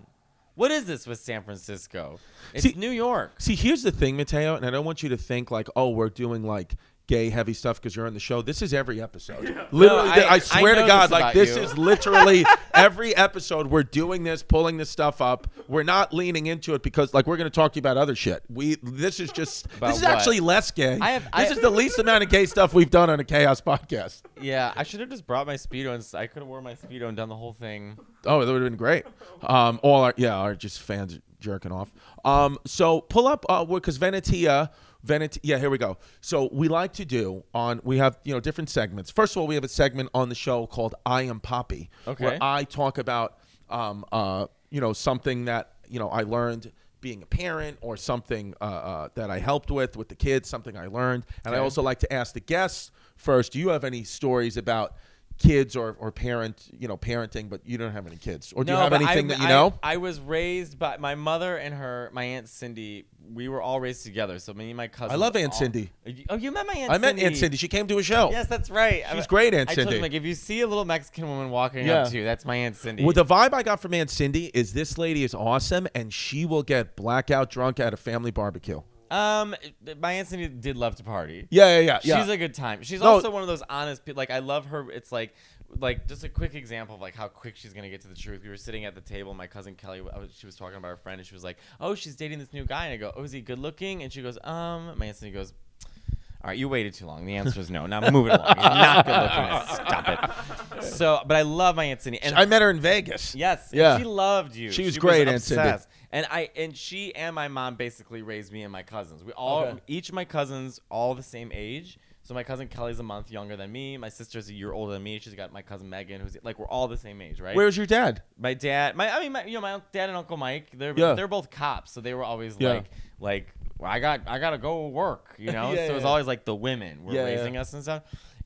What is this with San Francisco? It's
See-
New York.
See, here's the thing, Mateo, and I don't want you to think like, oh, we're doing like gay heavy stuff because you're on the show. This is every episode. Literally,
No,
th- I,
I- I
swear to
know this
God, like
about
this
you.
is literally every episode. We're doing this, pulling this stuff up. We're not leaning into it because like we're going to talk to you about other shit. We this is just
About
this is
what?
actually less gay.
I have-
this
I-
is the least amount of gay stuff we've done on a chaos podcast.
Yeah, I should have just brought my speedo and s- I could have worn my speedo and done the whole thing.
Oh, that would have been great. Um, all our yeah, our just fans jerking off. Um, so pull up uh because Venetia, Venetia. Yeah, here we go. So we like to do on we have you know different segments. First of all, we have a segment on the show called "I Am Poppy,"
Okay.
where I talk about um uh you know something that you know I learned being a parent or something uh, uh, that I helped with with the kids, something I learned, and I also like to ask the guests first. Do you have any stories about? kids or, or parent you know parenting but you don't have any kids or do you have
but I-
anything that you
I-
know
I, was raised by my mother and her, my aunt Cindy. We were all raised together. So me and my cousin.
love Aunt Cindy.
Oh, you met my aunt.
i met aunt cindy she came to a show
Yes, that's right. I-
She's great, Aunt
I told him,
Cindy.
like if you see a little Mexican woman walking
Yeah.
up to you, that's my aunt Cindy.
well the vibe i got from aunt cindy is this lady is awesome and she will get blackout drunk at a family barbecue
um, my aunt Cindy did love to party.
yeah yeah yeah, yeah.
She's a good time. She's
No.
also one of those honest people. Like I love her. It's like, like just a quick example of like how quick she's gonna get to the truth. We were sitting at the table. My cousin Kelly, I was- she was talking about her friend, and she was like, "Oh, she's dating this new guy." And I go, "Oh, is he good looking?" And she goes, "Um." My aunt Cindy goes, "All right, you waited too long. The answer is no. Now move it along. He's not good looking. Stop it." So, but I love my aunt Cindy. And
i met her in vegas
Yes. and
Yeah.
She loved you.
She was great, Aunt Cindy.
obsessed. And I and she and my mom basically raised me and my cousins. We all
Okay.
each of my cousins all the same age. So my cousin Kelly's a month younger than me. My sister's a year older than me. She's got my cousin Megan, who's like we're all the same age, right?
where's your dad
my dad? My I mean, my, you know, my uncle- dad and uncle Mike. They're
Yeah.
they're both cops, so they were always
Yeah.
like like well, I got I gotta go work, you know.
Yeah,
so it was
yeah.
always like the women were
Yeah, yeah.
raising us and stuff.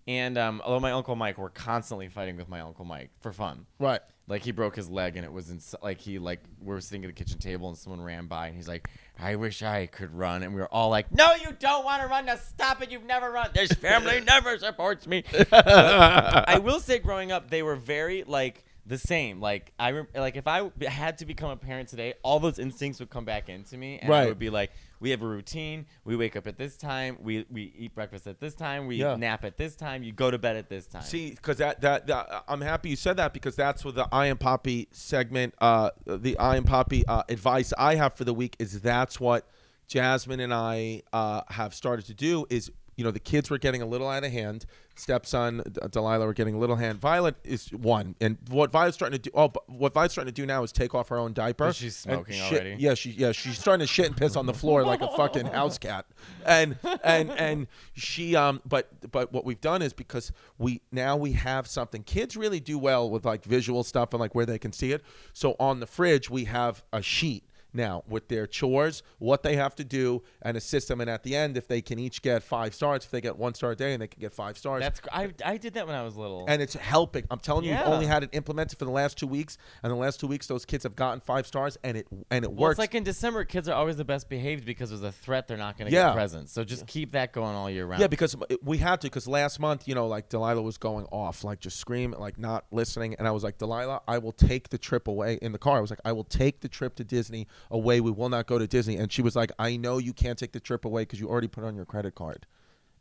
And um, although my uncle Mike, we're constantly fighting with my uncle Mike for fun.
right
Like he broke his leg and it was in, like he like we were sitting at the kitchen table and someone ran by and he's like, I wish I could run and we were all like, No, you don't want to run. Now stop it. You've never run. This family never supports me. But I will say, growing up, they were very like the same. Like I rem- like if I w- had to become a parent today, all those instincts would come back into me and
Right.
I would be like. We have a routine. We wake up at this time. We, we eat breakfast at this time. We
Yeah.
nap at this time. You go to bed at this time.
See, because that, that that I'm happy you said that because that's what the I am Poppy segment, uh, the I am Poppy uh, advice I have for the week is that's what Jasmine and I uh, have started to do is you know the kids were getting a little out of hand. Stepson, D- Delilah were getting a little hand. Violet is one, and what Violet's starting to do. Oh, but what Violet's starting to do now is take off her own diaper.
But she's
and
smoking
shit-
already.
Yeah, she yeah she's starting to shit and piss on the floor like a fucking house cat. And and and she um but but what we've done is because we now we have something. Kids really do well with like visual stuff and like where they can see it. So on the fridge we have a sheet now with their chores, what they have to do, and a system. And at the end, if they can each get five stars, if they get one star a day, and they can get five stars,
That's cr- I I did that when I was little.
and it's helping. I'm telling you, we've
Yeah.
only had it implemented for the last two weeks, and the last two weeks, those kids have gotten five stars, and it and it
well,
works.
it's like in December, kids are always the best behaved because there's a threat they're not going to
Yeah.
get presents. So just keep that going all year round.
yeah, because it- we had to. Because last month, you know, like Delilah was going off, like just screaming, like not listening, and I was like, Delilah, I will take the trip away in the car. I was like, I will take the trip to Disney away. We will not go to Disney. And she was like, I know you can't take the trip away because you already put it on your credit card.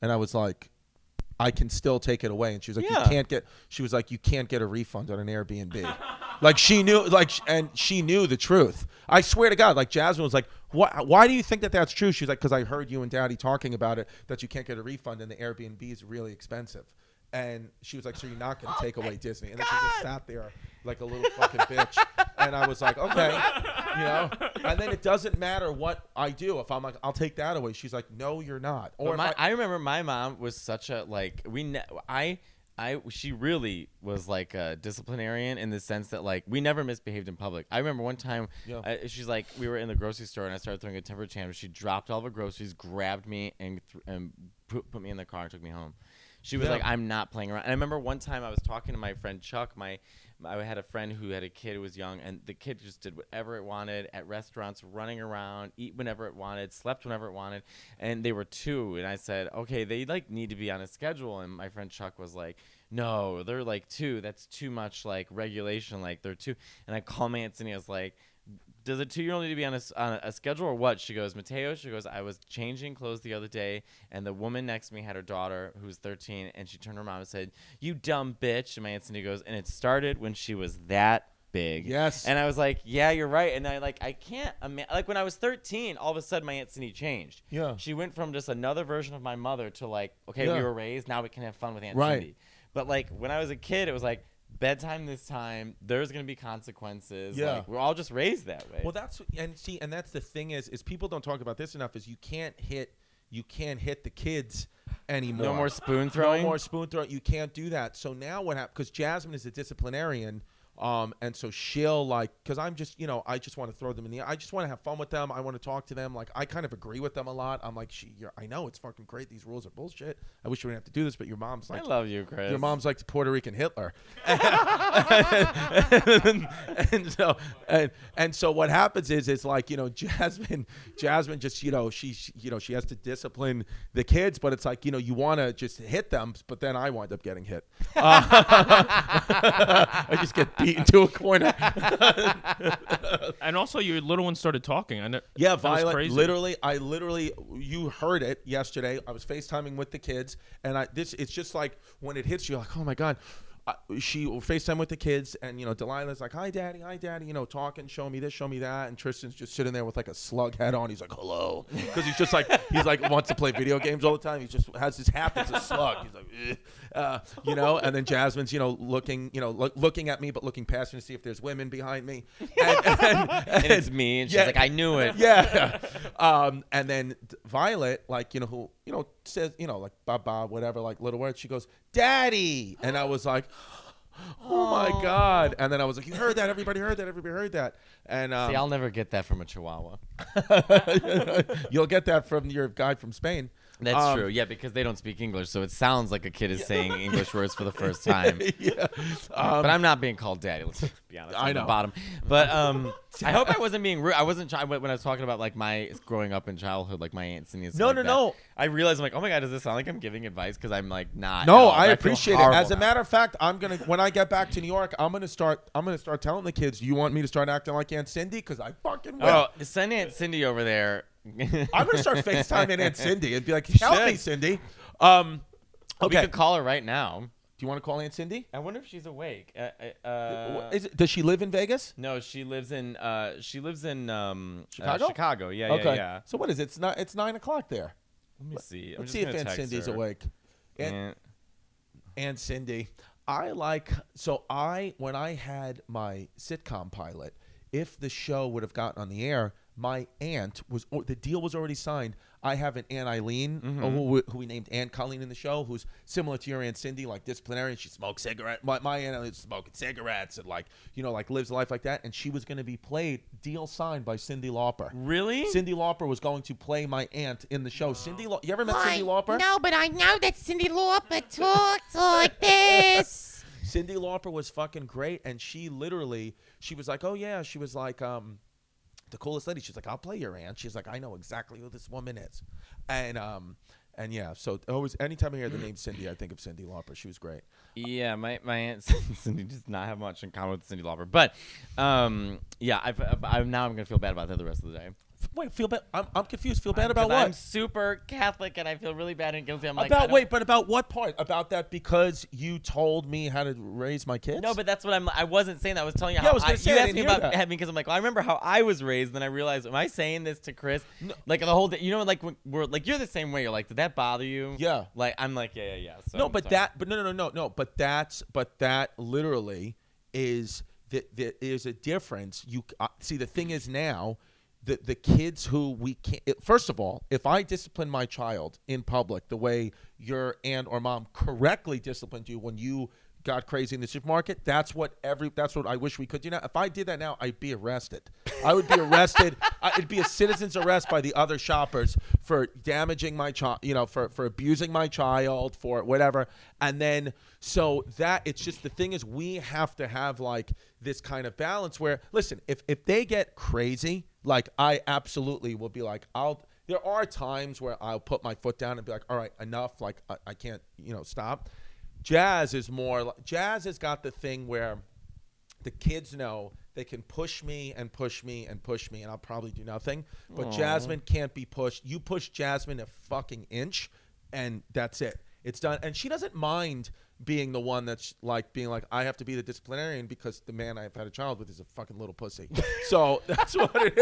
And I was like, I can still take it away. And she was like,
Yeah.
you can't get. She was like, you can't get a refund on an Airbnb. like she knew, like, sh- and she knew the truth. I swear to God, like Jasmine was like, why, why do you think that that's true? She was like, because I heard you and Daddy talking about it that you can't get a refund and the Airbnb is really expensive. And she was like, so you're not
Oh
going to take away Disney? And then she just sat there like a little fucking bitch. And I was like, okay, you know. And then it doesn't matter what I do. If I'm like, I'll take that away. She's like, no, you're not. Or
But
if
my,
I-
I, remember my mom was such a like we ne- I I she really was like a disciplinarian in the sense that like we never misbehaved in public. I remember one time
Yeah.
I- she's like we were in the grocery store and I started throwing a temper tantrum. She dropped all of her groceries, grabbed me and th- and put, put me in the car and took me home. She was
Yeah.
like, "I'm not playing around." And I remember one time I was talking to my friend Chuck. My I had a friend who had a kid who was young, and the kid just did whatever it wanted at restaurants, running around, eat whenever it wanted, slept whenever it wanted, and they were two. And I said, "Okay, they like need to be on a schedule." And my friend Chuck was like, "No, they're like two. That's too much like regulation. Like they're two. And I call my aunts and I was like does a two-year-old need to be on a, s- on a schedule or what? She goes, Mateo. She goes, I was changing clothes the other day, and the woman next to me had her daughter who's 13, and she turned to her mom and said, "You dumb bitch." And my aunt Cindy goes, and it started when she was that big.
Yes.
And I was like, Yeah, you're right. And I like, I can't ima- like when I was 13, all of a sudden my aunt Cindy changed.
Yeah.
She went from just another version of my mother to like, okay,
Yeah.
we were raised, now we can have fun with aunt
Right.
Cindy. But like when I was a kid, it was like. Bedtime this time. There's gonna be consequences.
Yeah.
Like, we're all just raised that way.
Well, that's and see, and that's the thing is, is people don't talk about this enough. Is you can't hit, you can't hit the kids anymore.
No more spoon throwing?
No more spoon throwing. You can't do that. So now what happened? Because Jasmine is a disciplinarian. Um, and so she'll like, cause I'm just, you know, I just want to throw them in the, I just want to have fun with them. I want to talk to them. Like, I kind of agree with them a lot. I'm like, she, you're, I know it's fucking great. These rules are bullshit. I wish you wouldn't have to do this, but your mom's
I
like,
love you, Chris.
your mom's like the Puerto Rican Hitler. and, and so and, and so what happens is it's like, you know, Jasmine Jasmine just, you know, she she- you know, she has to discipline the kids, but it's like, you know, you want to just hit them, but then I wind up getting hit. Uh, I just get beat into a corner.
And also, your little one started talking. I know.
Yeah,
that was
Violet.
crazy.
Literally, I literally, you heard it yesterday. I was FaceTiming with the kids, and I this it's just like when it hits you, like, oh my god. I, she will FaceTime with the kids, and you know Delilah's like, "Hi, Daddy, hi, Daddy," you know, talking, show me this, show me that, and Tristan's just sitting there with like a slug head on. He's like, "Hello," because he's just like he's like wants to play video games all the time. He just has his hat that's a slug. He's like, "Eh." uh, you know, and then Jasmine's you know looking you know look, looking at me, but looking past me to see if there's women behind me. And- and-
and it's me, and she's
Yeah.
like, I knew it.
yeah. Um, and then d- Violet, like, you know, who, you know, says, you know, like, baba, whatever, like, little words. She goes, daddy. And I was like, oh my God. And then I was like, you heard that. Everybody heard that. Everybody heard that. And um,
See, I'll never get that from a Chihuahua.
you'll get that from your guy from Spain.
That's
Um,
true. Yeah, because they don't speak English, so it sounds like a kid is saying English words for the first time.
Yeah. Um,
but I'm not being called daddy. Let's be honest.
I
I'm the
know.
bottom. But um, I hope I wasn't being rude. I wasn't try- when I was talking about like my growing up in childhood, like my aunts and stuff
No,
like
no,
that,
no.
I realized I'm like, oh my god, does this sound like I'm giving advice? Because I'm like not. at
No,
all.
I
feel
appreciate it.
horrible
As a
now.
matter of fact, I'm gonna when I get back to New York, I'm gonna start. I'm gonna start telling the kids. Do you want me to start acting like Aunt Cindy? Because I fucking will.
Oh, send Aunt Cindy over there.
I'm gonna start FaceTiming Aunt Cindy and be like, "Help me,
should.
Cindy." Um,
We
okay.
could call her right now.
Do you want to call Aunt Cindy?
I wonder if she's awake. Uh, uh, uh,
Is it, does she live in Vegas?
no, she lives in uh, she lives in um, uh,
Chicago?
Chicago, yeah, yeah, yeah.
So what is it? It's not. It's nine o'clock there.
Let me see. I'm
Let's
just
see if
gonna
Aunt
text
Cindy's
her.
awake. Aunt,
Yeah.
Aunt Cindy, I like so I when I had my sitcom pilot, if the show would have gotten on the air, my aunt was or the deal was already signed. I have an Aunt Eileen, uh, who, we- who we named Aunt Colleen in the show, who's similar to your Aunt Cindy, like disciplinarian. She smoked cigarette. My, my Aunt Eileen smoking cigarettes and like you know like lives a life like that. And she was going to be played deal signed by Cindy Lauper.
Really?
Cindy Lauper was going to play my aunt in the show. Cindy, Lau- you ever met Cindy Lauper?
No, but I know that Cindy Lauper talks like this.
Cindy Lauper was fucking great, and she literally, she was like, oh yeah, she was like, um, the coolest lady. She's like, I'll play your aunt. She's like, I know exactly who this woman is, and um, and yeah, so always, anytime I hear the name Cindy, I think of Cindy Lauper. She was great.
Yeah, my, my aunt Cindy does not have much in common with Cindy Lauper, but um, yeah, I've, I've, I'm now I'm gonna feel bad about that the rest of the day.
F- Wait, feel bad. I'm, I'm confused. Feel bad about
'Cause
what?
I'm super Catholic and I feel really bad and guilty. I'm like I
about
don't-
wait, but about what part? About that because you told me how to raise my kids.
No, but that's what I'm. I wasn't saying that. I was telling
Yeah,
you.
I
how
was gonna say, I
you asked
didn't
me
hear
about
that.
having because I'm like, well, I remember how I was raised. Then I realized, am I saying this to Chris? Like the whole day, you know, like when we're like you're the same way. You're like, did that bother you?
Yeah.
Like I'm like, yeah, yeah, yeah. So
no,
I'm
but
sorry.
that, but no, no, no, no, no. But that's, but that literally is that there is a difference. You uh, see, the thing is now, the the kids who we can't. it- First of all, if I discipline my child in public the way your aunt or mom correctly disciplined you when you got crazy in the supermarket, that's what every. That's what I wish we could do now. If I did that now, I'd be arrested. I would be arrested. I, it'd be a citizen's arrest by the other shoppers for damaging my child, you know, for, for abusing my child, for whatever. And then, so that it's just the thing is, we have to have like this kind of balance where, listen, if, if they get crazy, like I absolutely will be like, I'll, there are times where I'll put my foot down and be like, all right, enough. Like, I, I can't, you know, stop. Jazz is more, li- jazz has got the thing where, the kids know they can push me and push me and push me and I'll probably do nothing. But Jasmine can't be pushed. You push Jasmine a fucking inch and that's it. It's done. And she doesn't mind being the one that's like being like, I have to be the disciplinarian because the man I've had a child with is a fucking little pussy. so that's what it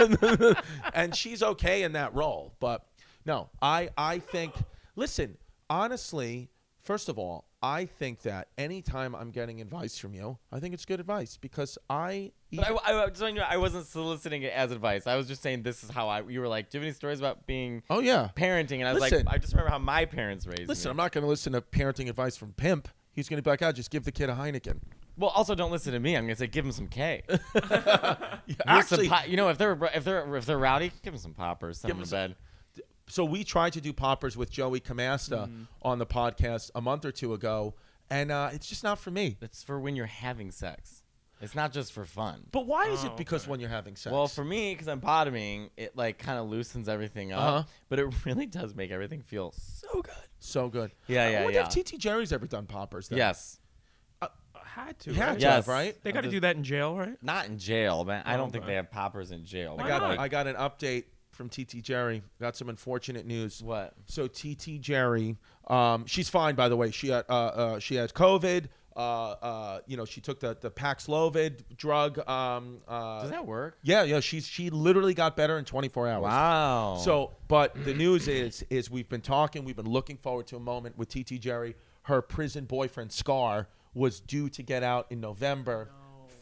is. and she's okay in that role. But no, I I think listen, honestly, First of all, I think that anytime I'm getting advice from you, I think it's good advice because I. e
But I, I, I, just want you to know, I wasn't soliciting it as advice. I was just saying this is how I. You were like, do you have any stories about being
oh yeah.
parenting? And I was
Listen.
like, I just remember how my parents raised
Listen,
me.
I'm not going to listen to parenting advice from pimp. He's going to be like, "I just give the kid a Heineken."
well, also don't listen to me. I'm gonna say, give them some K. Give 'em
Actually,
some pop, you know, if they're if they're if they're rowdy, give them some poppers. Send
Give
them to
'em
bed.
so we tried to do poppers with Joey Camasta on the podcast a month or two ago, and uh, it's just not for me.
It's for when you're having sex. It's not just for fun.
But why is
Oh,
it because
okay.
when you're having sex?
Well, for me, because I'm bottoming, it like kind of loosens everything up,
Uh-huh.
but it really does make everything feel so good.
so good.
Yeah, yeah,
I wonder
yeah.
if TT Jerry's ever done poppers. Then.
Yes,
Had to.
He had
right?
to
Yes.
have, right?
They got to do that in jail, right?
not in jail, man. I don't think
Okay.
they have poppers in jail.
I
Why
got,
not?
I got an update from TT Jerry. Got some unfortunate news.
What?
So TT Jerry, um, she's fine by the way. She had uh, uh, she had COVID. Uh, uh, you know, she took the the Paxlovid drug. Um, uh,
Does that work?
yeah, yeah. She's she literally got better in 24 hours.
Wow.
So, but the news is is we've been talking, we've been looking forward to a moment with TT Jerry. Her prison boyfriend Scar was due to get out in November.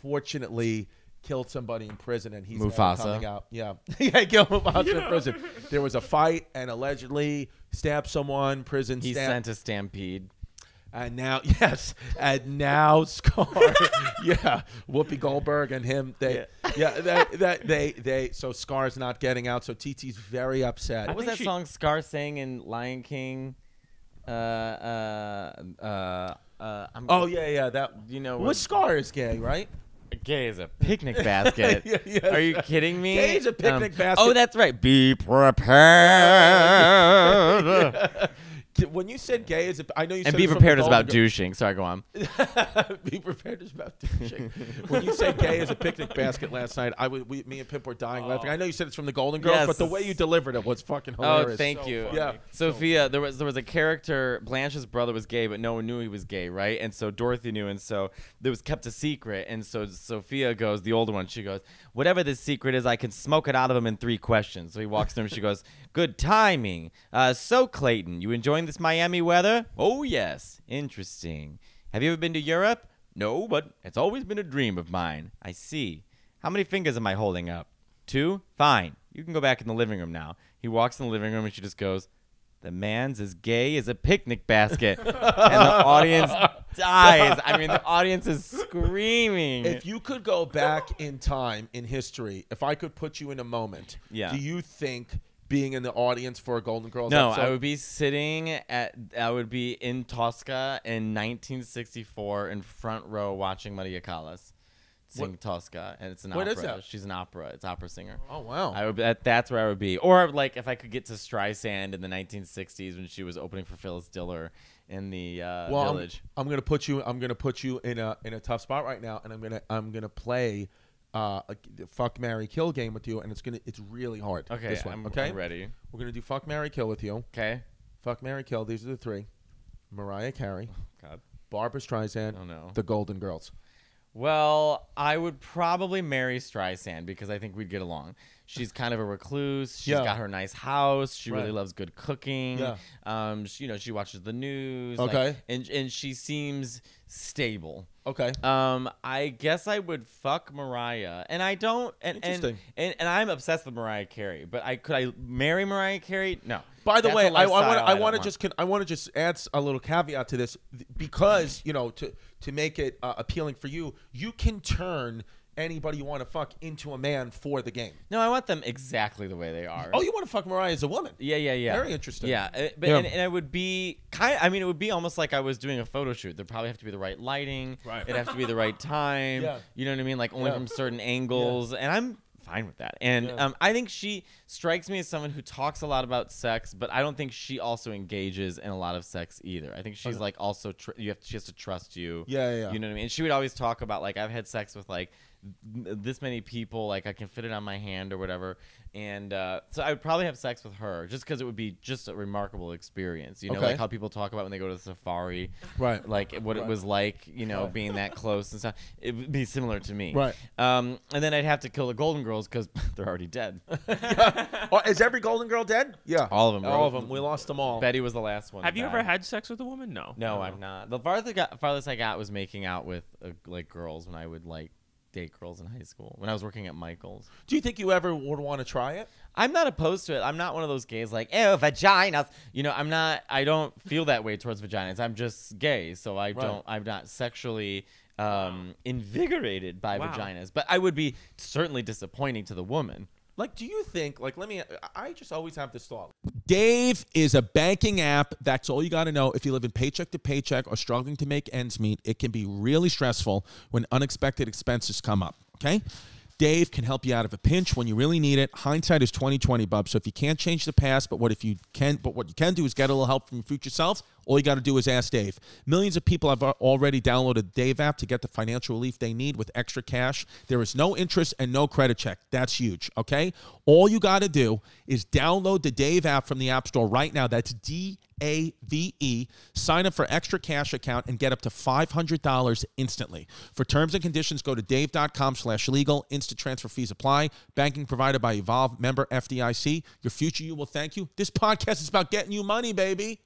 Fortunately, killed somebody in prison, and he's now
Mufasa.
coming out. Yeah, yeah, killed Mufasa in prison. There was a fight, and allegedly stabbed someone. Prison
he
stabbed.
sent a stampede.
And now, yes, and now Scar, yeah, Whoopi Goldberg and him, they, yeah, that, that they, they, so Scar's not getting out, so TT's very upset.
What was that
think she-
song Scar sang in Lion King? Uh, uh, uh, uh, I'm,
Oh yeah, yeah, that
You know
what
what-
Scar is gay, right?
Gay is a picnic basket.
Yeah, yes.
Are you kidding me? Um,
Gay is a picnic basket.
Oh, that's right. Be prepared.
d- when you said gay is, a, I know you.
And
said
be
this from
prepared
the
is about
Golden
douching. Sorry, go on.
Girls- be prepared is about douching. when you said gay is a picnic basket last night, I was, we, me and Pip were dying laughing. I know you said it's from the Golden Girls,
Yes.
but the way you delivered it was fucking
Oh,
hilarious.
thank
so
you.
funny.
Yeah.
Sophia, there was there was a character. Blanche's brother was gay, but no one knew he was gay, right? And so Dorothy knew, and so it was kept a secret. And so Sophia goes, the older one, she goes, "Whatever this secret is, I can smoke it out of him in three questions." So he walks to him. She goes, "Good timing." Uh, so Clayton, you enjoying this Miami weather? Oh yes, interesting. Have you ever been to Europe? No, but it's always been a dream of mine. I see. How many fingers am I holding up? Two? Fine. You can go back in the living room now. He walks in the living room and she just goes, The man's as gay as a picnic basket. and the audience dies. I mean, the audience is screaming.
If you could go back in time in history, if I could put you in a moment,
Yeah.
do you think being in the audience for a Golden Girls
no,
episode?
I would be sitting at, I would be in Tosca in 1964 in front row watching Maria Callas sing Tosca. And it's an
What
opera.
is that?
She's an opera. It's an opera singer.
Oh wow!
I would. That, that's where I would be. Or like if I could get to Streisand in the 1960s when she was opening for Phyllis Diller in the uh,
well, I'm-
Village.
I'm, gonna put you. I'm gonna put you in a in a tough spot right now, and I'm gonna I'm gonna play uh, a fuck Mary Kill game with you, and it's gonna it's really hard.
Okay,
this one.
I'm,
okay,
I'm ready.
We're gonna do fuck Mary Kill with you.
Okay.
Fuck Mary Kill. These are the three: Mariah Carey,
God.
Barbara Streisand,
Oh, no.
the Golden Girls.
Well, I would probably marry Streisand because I think we'd get along. She's kind of a recluse. She's
Yeah.
got her nice house. She really
Right.
loves good cooking.
Yeah.
Um, she, you know, she watches the news.
Okay.
Like, and and she seems stable.
Okay.
Um, I guess I would fuck Mariah, and I don't. And and,
Interesting.
and and I'm obsessed with Mariah Carey, but I could I marry Mariah Carey? No.
By the
That's
way,
a
I, I
lifestyle
want I
don't
want to just con- I want to just add s- a little caveat to this th- because you know to to make it uh, appealing for you, you can turn anybody you want to fuck into a man for the game.
no. I want them exactly the way they are.
Oh, you want to fuck Mariah as a woman?
Yeah, yeah, yeah.
Very interesting.
Yeah, uh, but
Yeah.
And, and it would be kind. I mean, it would be almost like I was doing a photo shoot. There'd probably have to be the right lighting. Right. It'd have to be the right time.
Yeah.
You know what I mean? Like only
Yeah.
from certain angles, and I'm fine with that. And
Yeah.
um, I think she strikes me as someone who talks a lot about sex, but I don't think she also engages in a lot of sex either. I think she's like also tr- you have she has to trust you.
Yeah, yeah, yeah.
You know what I mean? And she would always talk about like I've had sex with like m- this many people, like I can fit it on my hand or whatever. And uh, so I would probably have sex with her just because it would be just a remarkable experience. You know,
Okay.
like how people talk about when they go to the safari,
Right.
Like what it
Right.
was like, you know, being that close and stuff. It would be similar to me,
Right.
Um, and then I'd have to kill the Golden Girls because they're already dead.
Oh, is every Golden Girl dead? Yeah.
All of them.
All of them. We lost them all.
Betty was the last one.
Have
to
you
die.
ever had sex with a woman? No.
No,
No.
I'm not. The farthest got, farthest I got was making out with uh, like girls when I would like date girls in high school when I was working at Michaels.
Do you think you ever would want to try it?
I'm not opposed to it. I'm not one of those gays like oh vaginas. You know, I'm not. I don't feel that way towards vaginas. I'm just gay, so I don't. I'm not sexually um, invigorated by
Wow.
vaginas. But I would be certainly disappointing to the woman.
Like, do you think, like, let me, I just always have this thought. Dave is a banking app. That's all you got to know. If you live in paycheck to paycheck or struggling to make ends meet, it can be really stressful when unexpected expenses come up. Okay. Dave can help you out of a pinch when you really need it. Hindsight is 2020, bub. So if you can't change the past, but what if you can, but what you can do is get a little help from your future self. All you got to do is ask Dave. Millions of people have al- already downloaded the Dave app to get the financial relief they need with extra cash. There is no interest and no credit check. That's huge, okay? All you got to do is download the Dave app from the App Store right now. That's D A V E. Sign up for extra cash account and get up to $500 instantly. For terms and conditions, go to dave.com slash legal. Instant transfer fees apply. Banking provided by Evolve, member FDIC. Your future you will thank you. This podcast is about getting you money, baby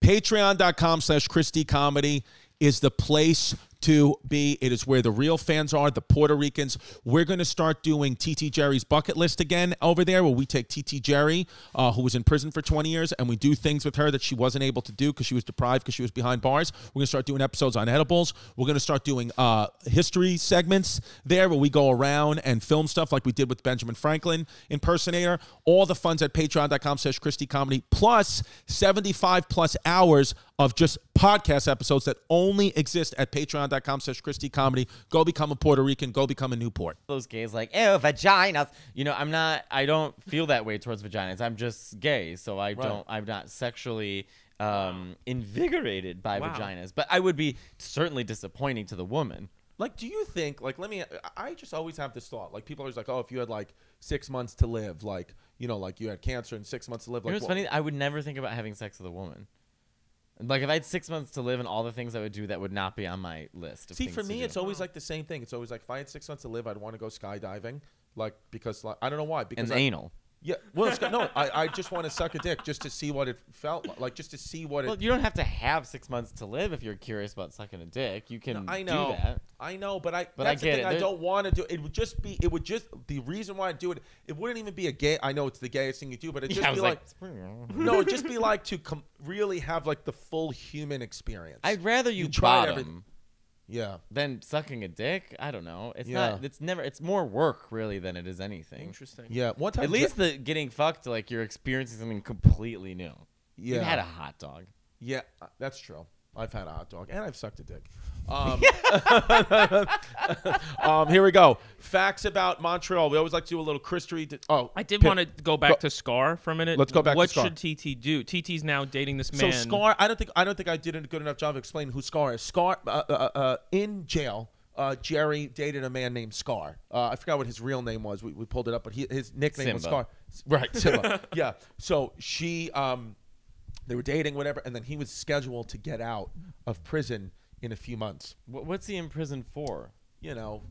patreon.com slash christy comedy is the place to be it is where the real fans are the puerto ricans we're going to start doing tt jerry's bucket list again over there where we take tt jerry uh, who was in prison for 20 years and we do things with her that she wasn't able to do because she was deprived because she was behind bars we're going to start doing episodes on edibles we're going to start doing uh, history segments there where we go around and film stuff like we did with benjamin franklin impersonator all the funds at patreon.com slash christy comedy plus 75 plus hours of just podcast episodes that only exist at patreon.com slash christy comedy go become a puerto rican go become a newport
Those gays like oh vaginas. You know, I'm not. I don't feel that way towards vaginas. I'm just gay, so I don't. I'm not sexually. um, invigorated by
Wow.
vaginas, but I would be certainly disappointing to the woman.
Like, do you think, like, let me, I just always have this thought. Like, people are always like, oh, if you had like six months to live, like, you know, like you had cancer and six months to live,
You
like,
know what's
well-
funny? I would never think about having sex with a woman. Like if I had six months to live and all the things I would do, that would not be on my list. Of
See,
things
for
to
me,
do.
it's always like the same thing. It's always like, if I had six months to live, I'd want to go skydiving. Like, because, like, I don't know why. Because
and
I-
anal.
Yeah. Well, it's, no, I, I just want to suck a dick just to see what it felt like, like just to see what it.
Well, you don't have to have six months to live if you're curious about sucking a dick. You can
I know.
do that.
I know, but I.
But I
that's
get
the thing
it.
I
There-
don't want to do. It would just be. It would just the reason why I do it. It wouldn't even be a gay. I know it's the gayest thing you do, but it just
Yeah, I
be
was
like.
like,
no, it'd just be like to com- really have like the full human experience.
I'd rather you,
You tried
bottom
everyth- yeah.
than sucking a dick. I don't know. It's not.
Yeah.
It's never. It's more work really than it is anything.
Interesting.
Yeah. One time.
At least the getting fucked, like you're experiencing something completely new.
Yeah.
You had a hot dog.
Yeah, uh, that's true. I've had a hot dog and I've sucked a dick. Um, um, here we go. Facts about Montreal. We always like to do a little Christery. di- oh,
I did
Pip.
want to go back
Go-
to Scar for a minute.
Let's go back to
What
Scar.
should TT do? TT's now dating this
So
man.
Scar, I don't think I don't think I did a good enough job of explaining who Scar is. Scar uh, uh, uh, in jail. Uh, Jerry dated a man named Scar. Uh, I forgot what his real name was. We, we pulled it up, but he, his nickname was Scar.
Simba.
Right, Simba. yeah. So she, um, they were dating, whatever, and then he was scheduled to get out of prison in a few months.
Wh- What's he in prison for?
you know,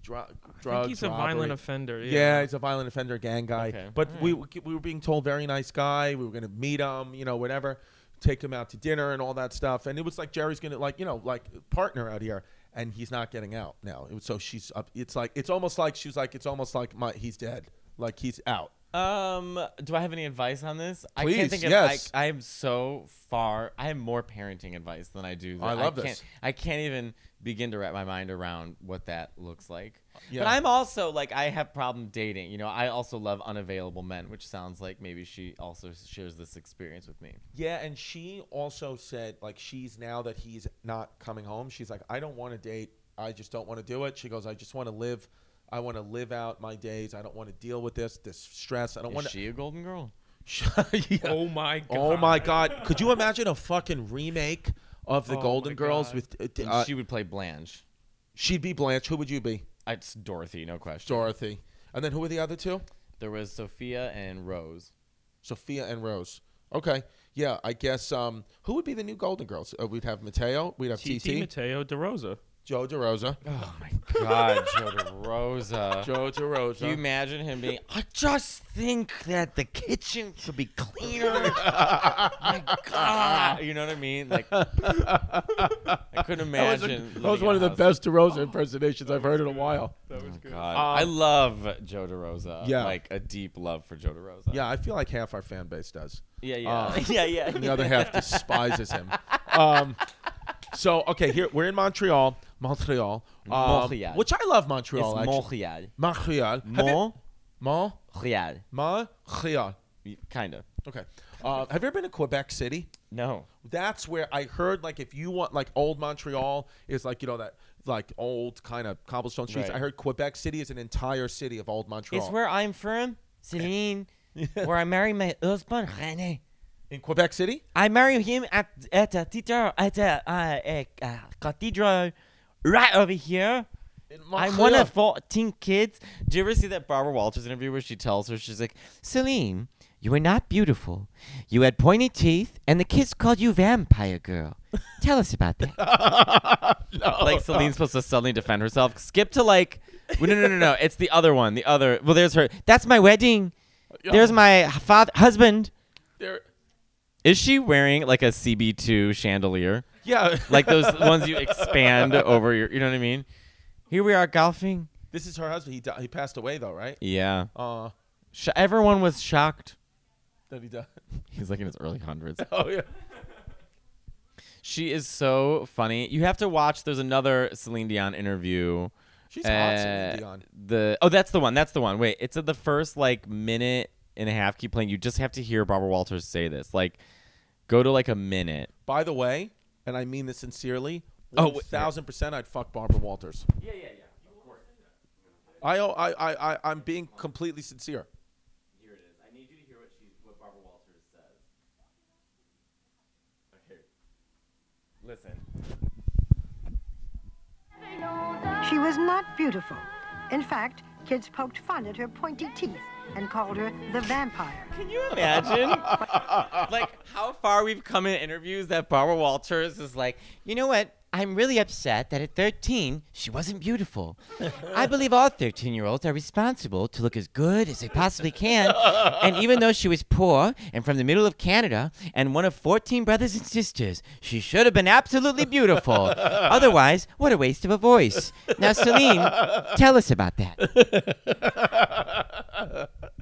dr- drugs.
I think he's a violent
robbery.
offender.
Yeah.
Yeah.
he's a violent offender, gang guy.
Okay.
But we we were being told very nice guy. We were gonna meet him, you know, whatever, take him out to dinner and all that stuff. And it was like Jerry's gonna like you know like partner out here, and he's not getting out now. It was, so she's up. It's like it's almost like she was like it's almost like my he's dead. Like he's out.
Um, do I have any advice on this? I
Please,
can't think of
yes.
I, I am so far. I have more parenting advice than I do.
Oh, I love
can't,
this.
I can't even begin to wrap my mind around what that looks like.
Yeah.
But I'm also like I have problem dating. You know, I also love unavailable men, which sounds like maybe she also shares this experience with me.
Yeah, and she also said like she's now that he's not coming home, she's like, I don't want to date. I just don't want to do it. She goes, I just want to live. I want to live out my days. I don't want to deal with this this stress. I don't
Is
want
she a golden girl?
to.
Oh my god.
Oh my god! Could you imagine a fucking remake of the
Oh
Golden
my
Girls
God.
with?
And
Uh, uh,
she would play Blanche. Uh,
she'd be Blanche. Who would you be?
It's Dorothy, no question.
Dorothy. And then who were the other two?
There was Sophia and Rose.
Sophia and Rose. Okay. Yeah, I guess. Um, who would be the new Golden Girls? Uh, we'd have Mateo. We'd have
TT
TT.
Mateo De Rosa.
Joe DeRosa.
God, Joe Rosa.
Joe DeRosa.
Can you imagine him being?
I just think that the kitchen should be cleaner.
ah, you know what I mean? Like, I couldn't imagine. living in a house-
best DeRosa impersonations I've heard in a while.
God,
Ah.
I love Joe DeRosa.
Yeah.
like a deep love for Joe DeRosa.
Yeah, I feel like half our fan base does.
yeah, yeah,
Ah.
Uh,
yeah, yeah.
And the other half despises him. Um, so okay, here we're in Montreal, Montreal, um,
Montreal.
which I love Montreal.
It's
actually.
Montreal,
Montreal. Have you- Mon
Montreal,
Montreal.
kind of.
Okay. Uh, have you ever been to Quebec City?
No,
That's where I heard like if you want like old Montreal is like you know that like old kind of cobblestone streets.
Right.
I heard Quebec City is an entire city of old Montreal.
it's where I'm from, Celine, where I marry my husband, René.
in Quebec City?
I marry him at at a theater at a, uh, a, a cathedral right over here.
In
I'm
Montreal.
one of 14 kids.
do you ever see that Barbara Walters interview where she tells her she's like,
Celine, you were not beautiful. You had pointy teeth, and the kids called you vampire girl. Tell us about that.
like Celine's supposed to suddenly defend herself. Skip to like, no, no, no, no, no. It's the other one. The other. Well, there's her.
That's my wedding. There's my father, husband.
There-
Is she wearing like a CB2 chandelier?
Yeah.
like those ones you expand over your you know what i mean
Here we are golfing.
this is her husband. He di- he passed away though, right?
yeah
Uh
Sh- everyone was shocked
that he died.
he's like in his early hundreds
Oh yeah.
she is so funny you have to watch there's another celine dion interview
She's hot, Celine
Uh,
Dion.
the oh that's the one that's the one wait it's at the first like minute and a half keep playing you just have to hear barbara walters say this like go to like a minute
By the way, and I mean this sincerely,
Oh,
one
wait.
thousand percent, I'd fuck Barbara Walters. Yeah, yeah, yeah. I, I, I, I, am being completely sincere.
here it is i need you to hear what she what barbara walters says Listen.
She was not beautiful. In fact, kids poked fun at her pointy teeth and called her the vampire.
Can you imagine? like how far we've come in interviews that Barbara Walters is like,
You know what? I'm really upset that at 13, she wasn't beautiful. I believe all 13 year olds are responsible to look as good as they possibly can. And even though she was poor and from the middle of Canada and one of 14 brothers and sisters, she should have been absolutely beautiful. Otherwise, what a waste of a voice. Now, Celine, tell us about that.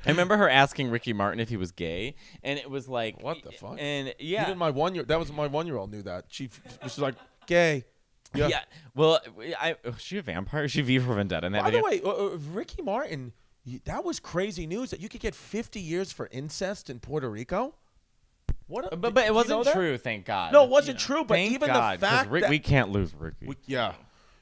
I remember her asking Ricky Martin if he was gay, and it was like,
What the fuck?
And yeah,
Even my one year that was my one year old knew that. She was like gay.
yeah. Well, I, was she a vampire? Is she V for Vendetta in that
By
video?
the way, uh, uh, Ricky Martin, y- that was crazy news that you could get 50 years for incest in Puerto Rico. What? A,
Uh, but, but
did you
it wasn't
know that?
true, thank God.
No, it wasn't true. But
thank
even
God,
the
'cause
fact
Rick-
that
we can't lose Ricky.
yeah.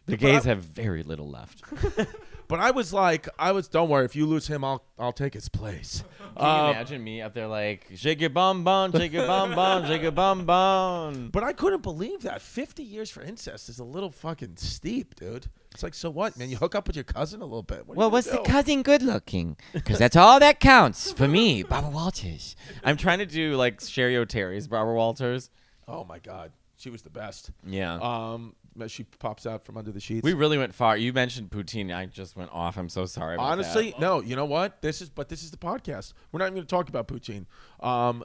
the gays have very little left. Can
But I was like, I was. Don't worry, if you lose him, I'll I'll take his place.
you
Uh,
imagine me up there like, shake your bum bum, shake your bum bum, shake your bum bum?
But I couldn't believe that 50 years for incest is a little fucking steep, dude. It's like, so what, man? You hook up with your cousin a little bit. What are
Well,
you
was the
gonna do?
cousin good looking? Because that's all that counts for me, Barbara Walters.
I'm trying to do like Sherry O'Terry's Barbara Walters.
Oh my god, she was the best.
Yeah.
Um, she pops out from under the sheets.
we really went far. You mentioned poutine. I just went off. I'm so sorry. about that.
Honestly, no. You know what? This is but this is the podcast. We're not even going to talk about poutine. Um,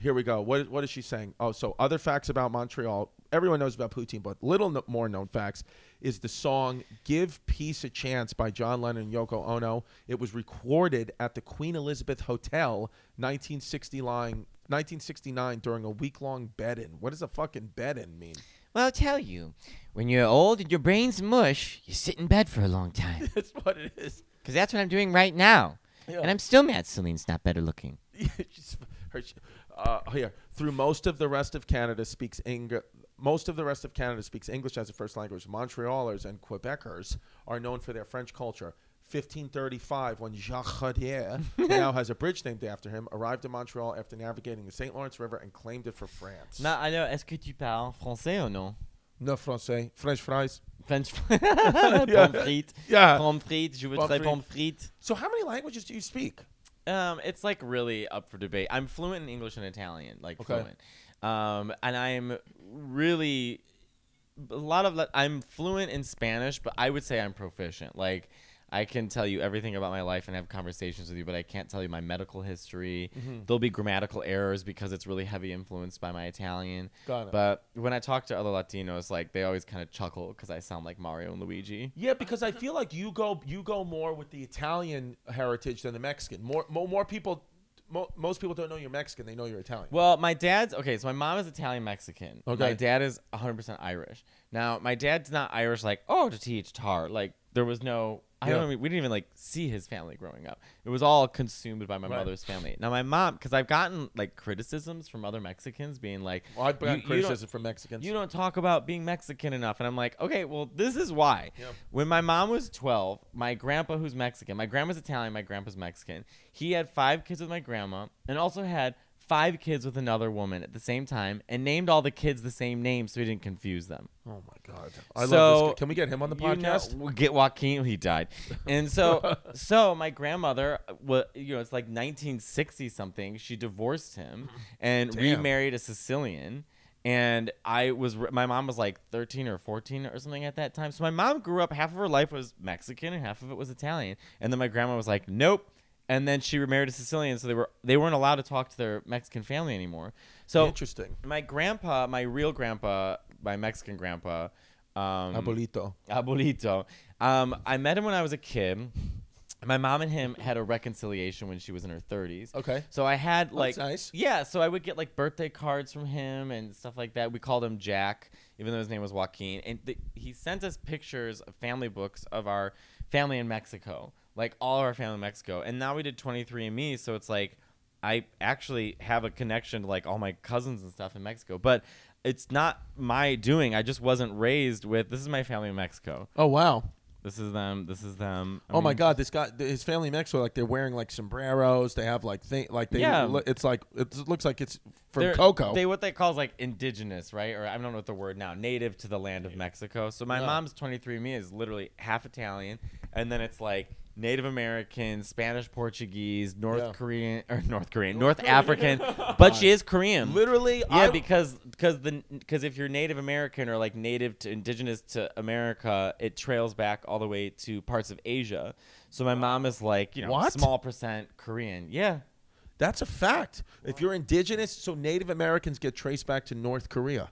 here we go. What what is she saying? Oh, so other facts about Montreal. Everyone knows about poutine, but little kn- more known facts is the song "Give Peace a Chance" by John Lennon and Yoko Ono. It was recorded at the Queen Elizabeth Hotel, 1960 line- 1969, during a week-long bed-in. What does a fucking bed-in mean?
Well, I'll tell you, when you're old and your brain's mush, you sit in bed for a long time.
That's what it is.
Because that's what I'm doing right now. And I'm still mad Celine's not better looking.
She's- her, she- uh, here through most of the rest of Canada speaks Eng- most of the rest of Canada speaks English as a first language. Montrealers and Quebecers are known for their French culture. 1535, when Jacques Chaudière, who now has a bridge named after him, arrived in Montreal after navigating the St. Lawrence River and claimed it for France.
Non, alors, est-ce que tu parles français ou non?
No français, French fries.
French pommes frites.
Yeah.
Pommes frites. Je veux
Pommes
très
frites.
pommes frites.
So, how many languages do you speak?
Um, it's like really up for debate. I'm fluent in English and Italian, like
Okay.
fluent. Um, and I'm really a lot of le- I'm fluent in Spanish, but I would say I'm proficient. Like I can tell you everything about my life and have conversations with you, but I can't tell you my medical history.
Mm-hmm.
There'll be grammatical errors because it's really heavy influenced by my Italian.
Got it.
But when I talk to other Latinos, like they always kind of chuckle because I sound like Mario and Luigi.
Yeah, because I feel like you go you go more with the Italian heritage than the Mexican. More more, more people, mo- most people don't know you're Mexican; they know you're Italian.
Well, my dad's okay. So my mom is Italian Mexican.
Okay.
My dad is 100% Irish. Now my dad's not Irish like oh to teach tar like there was no I
Yeah.
don't even, we didn't even like see his family growing up. It was all consumed by my
Right.
mother's family. Now my mom because I've gotten like criticisms from other Mexicans being like
Well, I've
"You-
gotten
you don't-
criticism from Mexicans.
you don't talk about being Mexican enough. And I'm like, okay, well, this is why. When my mom was 12, my grandpa, who's Mexican, my grandma's Italian, my grandpa's Mexican, he had five kids with my grandma and also had five kids with another woman at the same time and named all the kids the same name so he didn't confuse them.
oh my god, I love
So,
this. guy. Can we get him on the
You know-
podcast?
we'll get Joaquin. He died, and so so my grandmother, wa- you know, it's like 1960 something. She divorced him and remarried a Sicilian. And I was re- my mom was like 13 or 14 or something at that time. So my mom grew up half of her life was Mexican and half of it was Italian. And then my grandma was like, nope. And then she remarried a Sicilian, so they were they weren't allowed to talk to their Mexican family anymore. So
Interesting,
my grandpa, my real grandpa, my Mexican grandpa, um,
abuelito.
Abuelito. Um, I met him when I was a kid. My mom and him had a reconciliation when she was in her 30s.
Okay.
So I had like
Oh, nice.
Yeah, so I would get like birthday cards from him and stuff like that. We called him Jack, even though his name was Joaquin, and th- he sent us pictures of family books of our family in Mexico, like all of our family in Mexico. And now we did 23andme, so it's like I actually have a connection to like all my cousins and stuff in Mexico, but it's not my doing. I just wasn't raised with this is my family in Mexico.
Oh wow,
This is them. This is them. I
oh my
mean,
God! This guy, th- his family in Mexico, like they're wearing like sombreros. They have like thing, like they.
Yeah.
lo- It's like it looks like it's from
they're-
Coco.
They what they call is like indigenous, right? Or I don't know what the word now, native to the land of Mexico. So my mom's 23andMe is literally half Italian, and then it's like Native American, Spanish, Portuguese, North
Yeah.
Korean or North Korean, North African, but she is Korean.
Literally,
yeah,
I-
because because the because if you're Native American or like native to indigenous to America, it trails back all the way to parts of Asia. So my mom is like you know
What?
small percent Korean. Yeah,
That's a fact. If you're indigenous, so Native Americans get traced back to North Korea.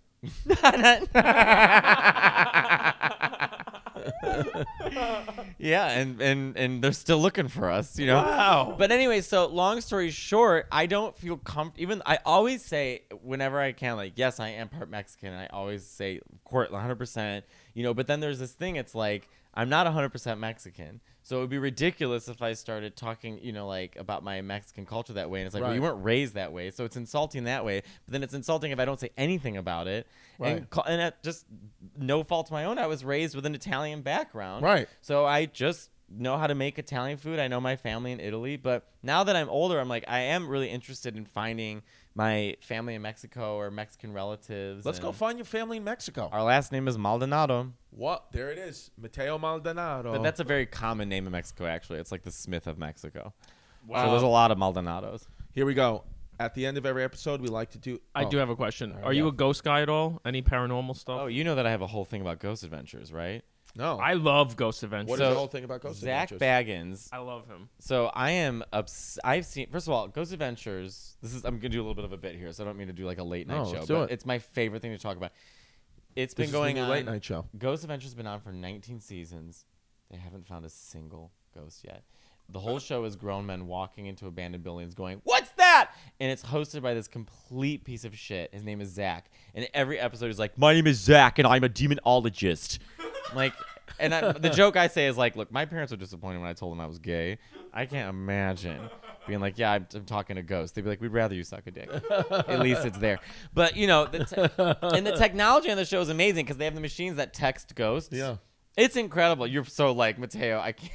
Yeah, and and and they're still looking for us, you know.
Wow.
But anyway, so long story short, I don't feel comfortable. Even I always say whenever I can, like, yes, I am part Mexican. And I always say court 100, percent you know. But then there's this thing. It's like I'm not 100 percent Mexican, so it would be ridiculous if I started talking, you know, like about my Mexican culture that way. And it's like, well, you
Right.
weren't raised that way, so it's insulting that way. But then it's insulting if I don't say anything about it.
Right.
And, call- and at just no fault of my own, I was raised with an Italian background.
Right.
So I just know how to make Italian food. I know my family in Italy, but now that I'm older, I'm like I am really interested in finding my family in Mexico or Mexican relatives.
Let's go
and
find your family in Mexico.
Our last name is Maldonado,
What? There it is, Mateo Maldonado.
but that's a very common name in Mexico. Actually, it's like the Smith of Mexico. Wow. So there's a lot of Maldonados.
Here we go. At the end of every episode, we like to do.
I
oh.
do have a question. Are you a ghost guy at all? Any paranormal stuff?
Oh, you know that I have a whole thing about ghost adventures, right?
no.
I love ghost adventures.
what is
So-
the whole thing about ghost
Zach
adventures?
Baggins
I love him.
So I am obs- I've seen first of all Ghost Adventures. This is I'm gonna do a little bit of a bit here, so I don't mean to do like a late night
No,
show,
let's do
but
it.
it's my favorite thing to talk about.
This
It's been
is the
going
new
on.
late night show.
Ghost Adventures has been on for 19 seasons. They haven't found a single ghost yet. The whole show is grown men walking into abandoned buildings, going, "What's that?" And it's hosted by this complete piece of shit. His name is Zach, and every episode is like, "My name is Zach, and I'm a demonologist." I'm like, and I, the joke I say is like, "Look, my parents were disappointed when I told them I was gay. I can't imagine being like, yeah, I'm, I'm talking to ghosts.' They'd be like, "We'd rather you suck a dick. At least it's there." But you know, the te- and the technology on the show is amazing because they have the machines that text ghosts.
Yeah.
It's incredible. You're so like Mateo. I can't.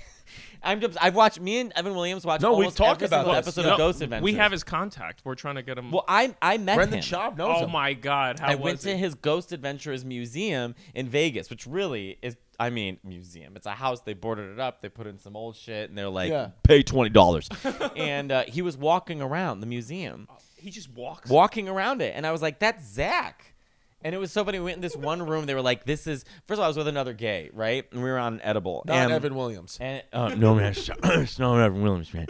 I'm just. I've watched me and Evan Williams watch.
No, we've
almost
talked
every
about
single
this.
episode
No,
of Ghost Adventures.
We have his contact. We're trying to get him.
Well, I I met
Brendan
him.
Schaub knows
oh
him.
my God! How
I
was
went to
he?
his Ghost Adventures Museum in Vegas, which really is. I mean, museum. It's a house. They boarded it up. They put in some old shit, and they're like,
Yeah.
pay twenty dollars. and uh, he was walking around the museum.
He just walks.
walking around it. And I was like, that's Zach. And it was so funny. We went in this one room. They were like, this is, first of all, I was with another gay, right? And we were on an edible.
Not
and,
Evan Williams.
And, uh,
No, man. It's, it's not Reverend Williams, man.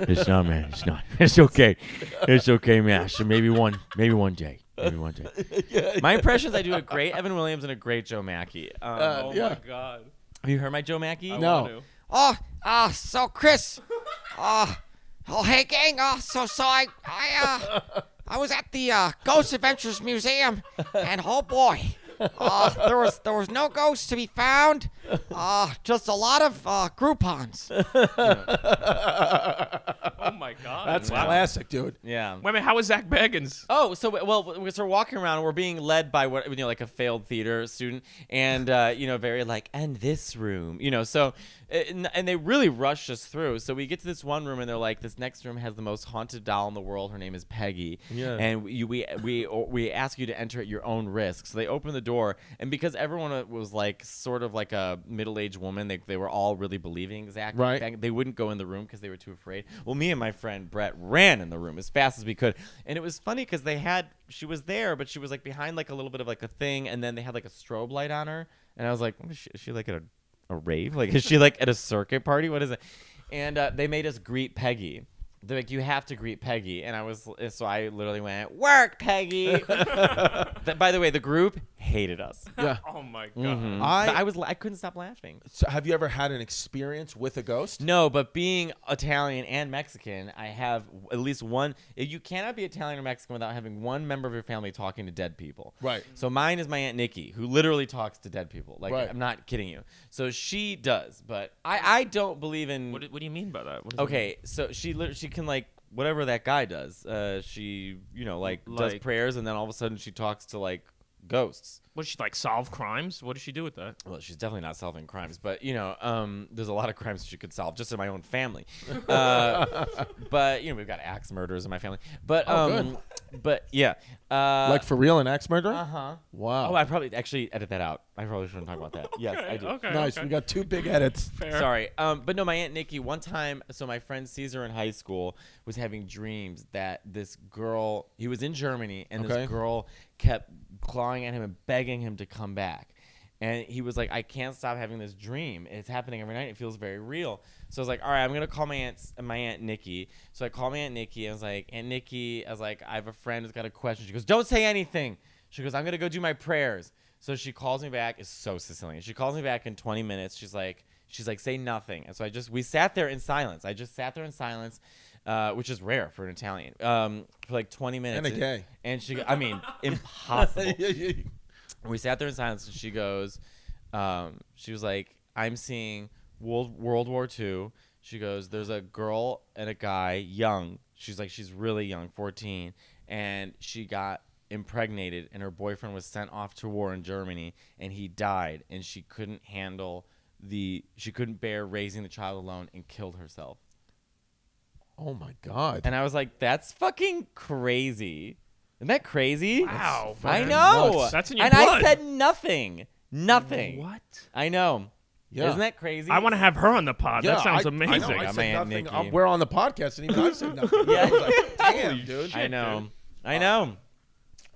It's not, man. It's not. It's okay. It's okay, man. So maybe one, maybe one day. Maybe one day.
my impressions, I do a great Evan Williams and a great Joe Mackey.
Uh,
Um,
Oh
yeah.
my God!
have you heard my Joe Mackey?
I
No.
want to.
Oh, ah, so Chris. Oh, oh, hey gang. Oh, so so I I uh I was at the uh, Ghost Adventures Museum, and oh boy, uh, there was there was no ghosts to be found. Uh, just a lot of uh, Groupon's.
Oh my God!
That's
wow.
classic, dude.
Yeah.
Wait a minute. How is Zach Baggins?
Oh, so well, we- so we're walking around. We're being led by what you know, like a failed theater student, and uh, you know, very like, and this room, you know. So, and, and they really rushed us through. So we get to this one room, and they're like, this next room has the most haunted doll in the world. Her name is Peggy.
Yeah.
And you, we we we ask you to enter at your own risk. So they open the door, and because everyone was like sort of like a middle aged woman, they they were all really believing Zach.
Right.
Bang- they wouldn't go in the room because they were too afraid. Well, me and my friend Brett ran in the room as fast as we could, and it was funny because they had she was there, but she was like behind like a little bit of like a thing, and then they had like a strobe light on her, and I was like, "What is she, is she like at a, a rave? Like is she like at a circuit party? What is it? And uh, they made us greet Peggy. They're like, you have to greet Peggy, and I was eh, so I literally went work, Peggy. Th- by the way, the group hated us.
Yeah.
Oh my God!
I-
But I was la- I couldn't stop laughing.
So have you ever had an experience with a ghost?
No, but being Italian and Mexican, I have w- at least one. eh, You cannot be Italian or Mexican without having one member of your family talking to dead people.
Right.
So mine is my aunt Nikki, who literally talks to dead people. Like
Right.
I'm not kidding you. So she does, but I I don't believe in.
What, do- what do you mean by that? What does that mean?
okay, so she lit- she can like whatever that guy does. Uh, she you know like, does
Like-
prayers and then all of a sudden she talks to like ghosts.
What did she like solve crimes? What does she do with that?
Well, she's definitely not solving crimes, but you know, um, there's a lot of crimes she could solve just in my own family. Uh, but you know, we've got axe murderers in my family. But
Oh,
um, but yeah, uh,
like for real, an axe murderer? Uh
huh.
Wow.
Oh, I probably actually edit that out. I probably shouldn't talk about that. yes,
okay,
I do.
Okay,
nice.
okay.
We got two big edits.
Fair.
Sorry. Um, but no, my aunt Nikki. One time, so my friend Caesar in high school was having dreams that this girl. He was in Germany, and
Okay.
this girl kept clawing at him and begging him to come back. And he was like, "I can't stop having this dream. It's happening every night. It feels very real." So I was like, "All right, I'm gonna call my aunt, my aunt Nikki." So I called my aunt Nikki. I was like, "Aunt Nikki," I was like, "I have a friend who's got a question." She goes, "Don't say anything." She goes, "I'm gonna go do my prayers." So she calls me back. It's so Sicilian. She calls me back in 20 minutes. She's like, she's like, say nothing. And so I just, we sat there in silence. I just sat there in silence, uh, which is rare for an Italian, um, for like 20 minutes.
And a gay.
And she, I mean, impossible.
Yeah, yeah, yeah.
And we sat there in silence, and she goes, um, she was like, I'm seeing World World War II. She goes, there's a girl and a guy, young. She's like, she's really young, 14, and she got impregnated, and her boyfriend was sent off to war in Germany, and he died, and she couldn't handle the, she couldn't bear raising the child alone, and killed herself.
Oh my god.
And I was like, that's fucking crazy. Isn't that crazy?
Wow.
I
fucking
know.
nuts. That's in your
and I
blood.
said nothing. Nothing.
What?
I know.
Yeah.
Isn't that crazy?
I want to have her on the pod.
Yeah,
that sounds
I- I, know,
amazing.
I
I'm
said
Aunt
nothing.
Nikki.
Uh, we're on the podcast, and even I said nothing. I was like, damn, dude.
I know. I know.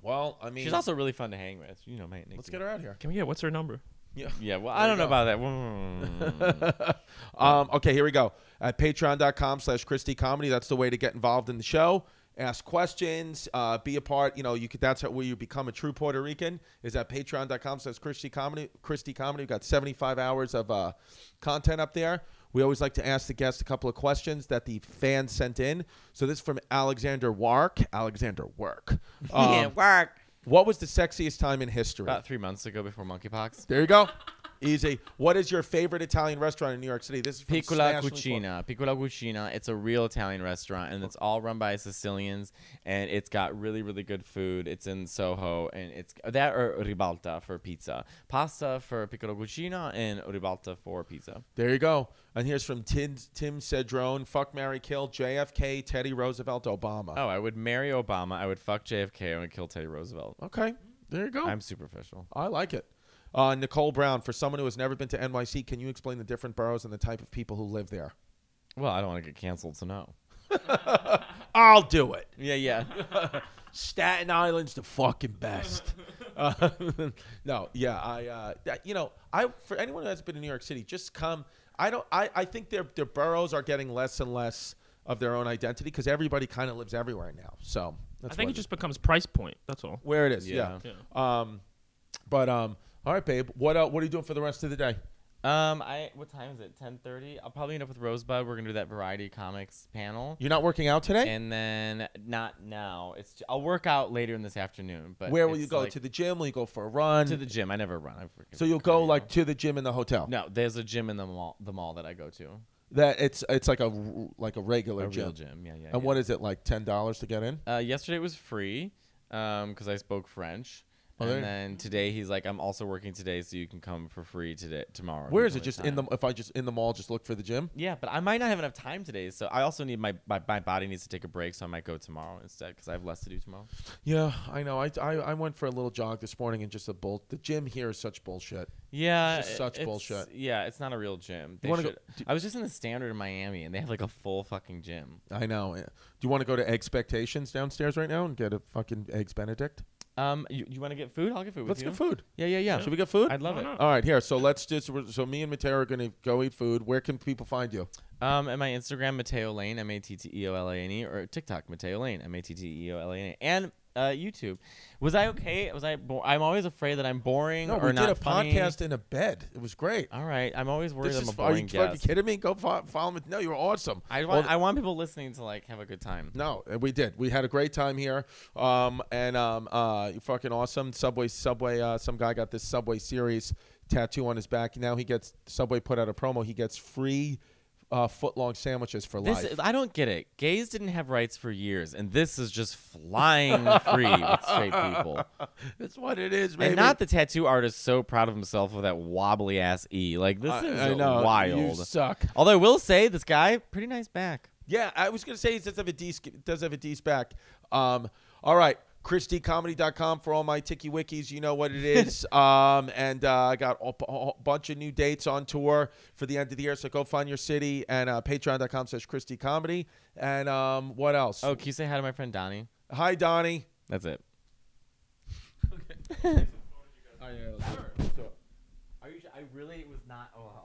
Well, I mean,
She's also really fun to hang with. You know, my Aunt Nikki.
let's get her out here.
Can we get what's her number?
Yeah. Well, I don't know about that. Mm.
Um, okay, here we go. At patreon.com slash Christie Comedy. That's the way to get involved in the show. Ask questions, uh, be a part. You know, you could that's how, where you become a true Puerto Rican is at patreon.com slash Christie Comedy. Christie Comedy. We've got 75 hours of uh, content up there. We always like to ask the guests a couple of questions that the fans sent in. So this is from Alexander Wark. Alexander Work.
yeah, work.
What was the sexiest time in history?
about three months ago, before monkeypox.
There you go. Easy. What is your favorite Italian restaurant in New York City? This is from
Piccola
Smash Link.
Cucina. Piccola Cucina. It's a real Italian restaurant, and it's all run by Sicilians, and it's got really, really good food. It's in Soho, and it's that or ribalta for pizza, pasta for Piccola Cucina, and ribalta for pizza.
There you go. And here's from Tim, Tim Cedrone. Fuck, Mary, kill JFK, Teddy Roosevelt, Obama.
Oh, I would marry Obama. I would fuck JFK. I would kill Teddy Roosevelt.
Okay. There you go.
I'm superficial.
I like it. Uh, Nicole Brown. For someone who has never been to NYC, can you explain the different boroughs and the type of people who live there?
Well, I don't want to get canceled, so no.
I'll do it.
Yeah, yeah.
Staten Island's the fucking best. Uh, no, yeah, I, uh, that- you know, I for anyone who has been in New York City, just come. I don't. I, I think their their boroughs are getting less and less of their own identity because everybody kind of lives everywhere now. So that's
I think
what
it just becomes price point. That's all.
where it is. Yeah. Um, but um, all right, babe. What uh, what are you doing for the rest of the day?
Um, I what time is it? Ten thirty. I'll probably end up with Rosebud. We're gonna do that variety comics panel,
You're not working out today.
and then not now. It's I'll work out later in this afternoon. But
Where will
uh,
you
it's
go?
like-
to the gym? Will you go for a run?
to the gym? I never run. I freaking
so you'll
cardio.
go like to the gym in the hotel.
no. There's a gym in the mall. The mall that I go to.
That it's it's like a r- like a regular
A
gym.
real gym. Yeah, yeah.
And
yeah.
what is it like? Ten dollars to get in?
Uh, yesterday was free because I spoke French.
Oh, there-
and then today he's like, I'm also working today, so you can come for free today tomorrow.
Where
There's
is it?
only
Just
time."
in the if I just in the mall, just look for the gym.
Yeah, but I might not have enough time today, so I also need my my, my body needs to take a break, so I might go tomorrow instead because I have less to do tomorrow.
Yeah, I know. I, I I went for a little jog this morning and just a bull. The gym here is such bullshit.
Yeah,
It's just such
it's-
bullshit.
Yeah, it's not a real gym. They
wanna go-
should, I was just in the Standard in Miami, and they have like a full fucking gym.
I know. Do you want to go to Expectations downstairs right now and get a fucking eggs Benedict?
Um, you, you want to get food? I'll get food with
Let's
you.
get food.
Yeah, yeah, yeah.
Should we get food?
I'd love
Why
it.
not?
All right, here. So let's just. we're- So me and Mateo are gonna go eat food. Where can people find you?
Um, and my Instagram, Mateo Lane, M A T T E O L A N E, or TikTok, Mateo Lane, M A T T E O L A N E, and uh, YouTube. Was I okay? Was I? Bo- I'm always afraid that I'm boring
No,
or
we
not
did a
funny.
podcast in a bed. It was great.
All right, I'm always worried
This
I'm
is,
a
are you
boring
fucking
guest.
kidding me? Go fo- follow me. No, you're awesome.
I
All
want, I want people listening to like have a good time.
No, uh, we did. We had a great time here. Um, and um, uh, you're fucking awesome. Subway, Subway. Uh, some guy got this Subway series tattoo on his back. Now he gets Subway put out a promo. He gets free. uh, foot long sandwiches for
This
life.
I don't get it. Gays didn't have rights for years, and this is just flying free with straight people.
That's what it is,
uh, And not the tattoo artist so proud of himself with that wobbly ass E. Like this
I-
is
I know, you
wild.
suck.
Although I will say this guy, pretty nice back.
Yeah, I was going to say he does have a dec- does have a dec back. Um, all right, ChristyComedy.com for all my ticky wickies. You know what it is. um, and uh, I got a, b- a bunch of new dates on tour for the end of the year. So go find your city and uh, patreon.com slash Christy Comedy. And um, what else?
Oh, can you say hi to my friend Donnie?
Hi, Donnie.
That's it.
I,
I really was not. Oh,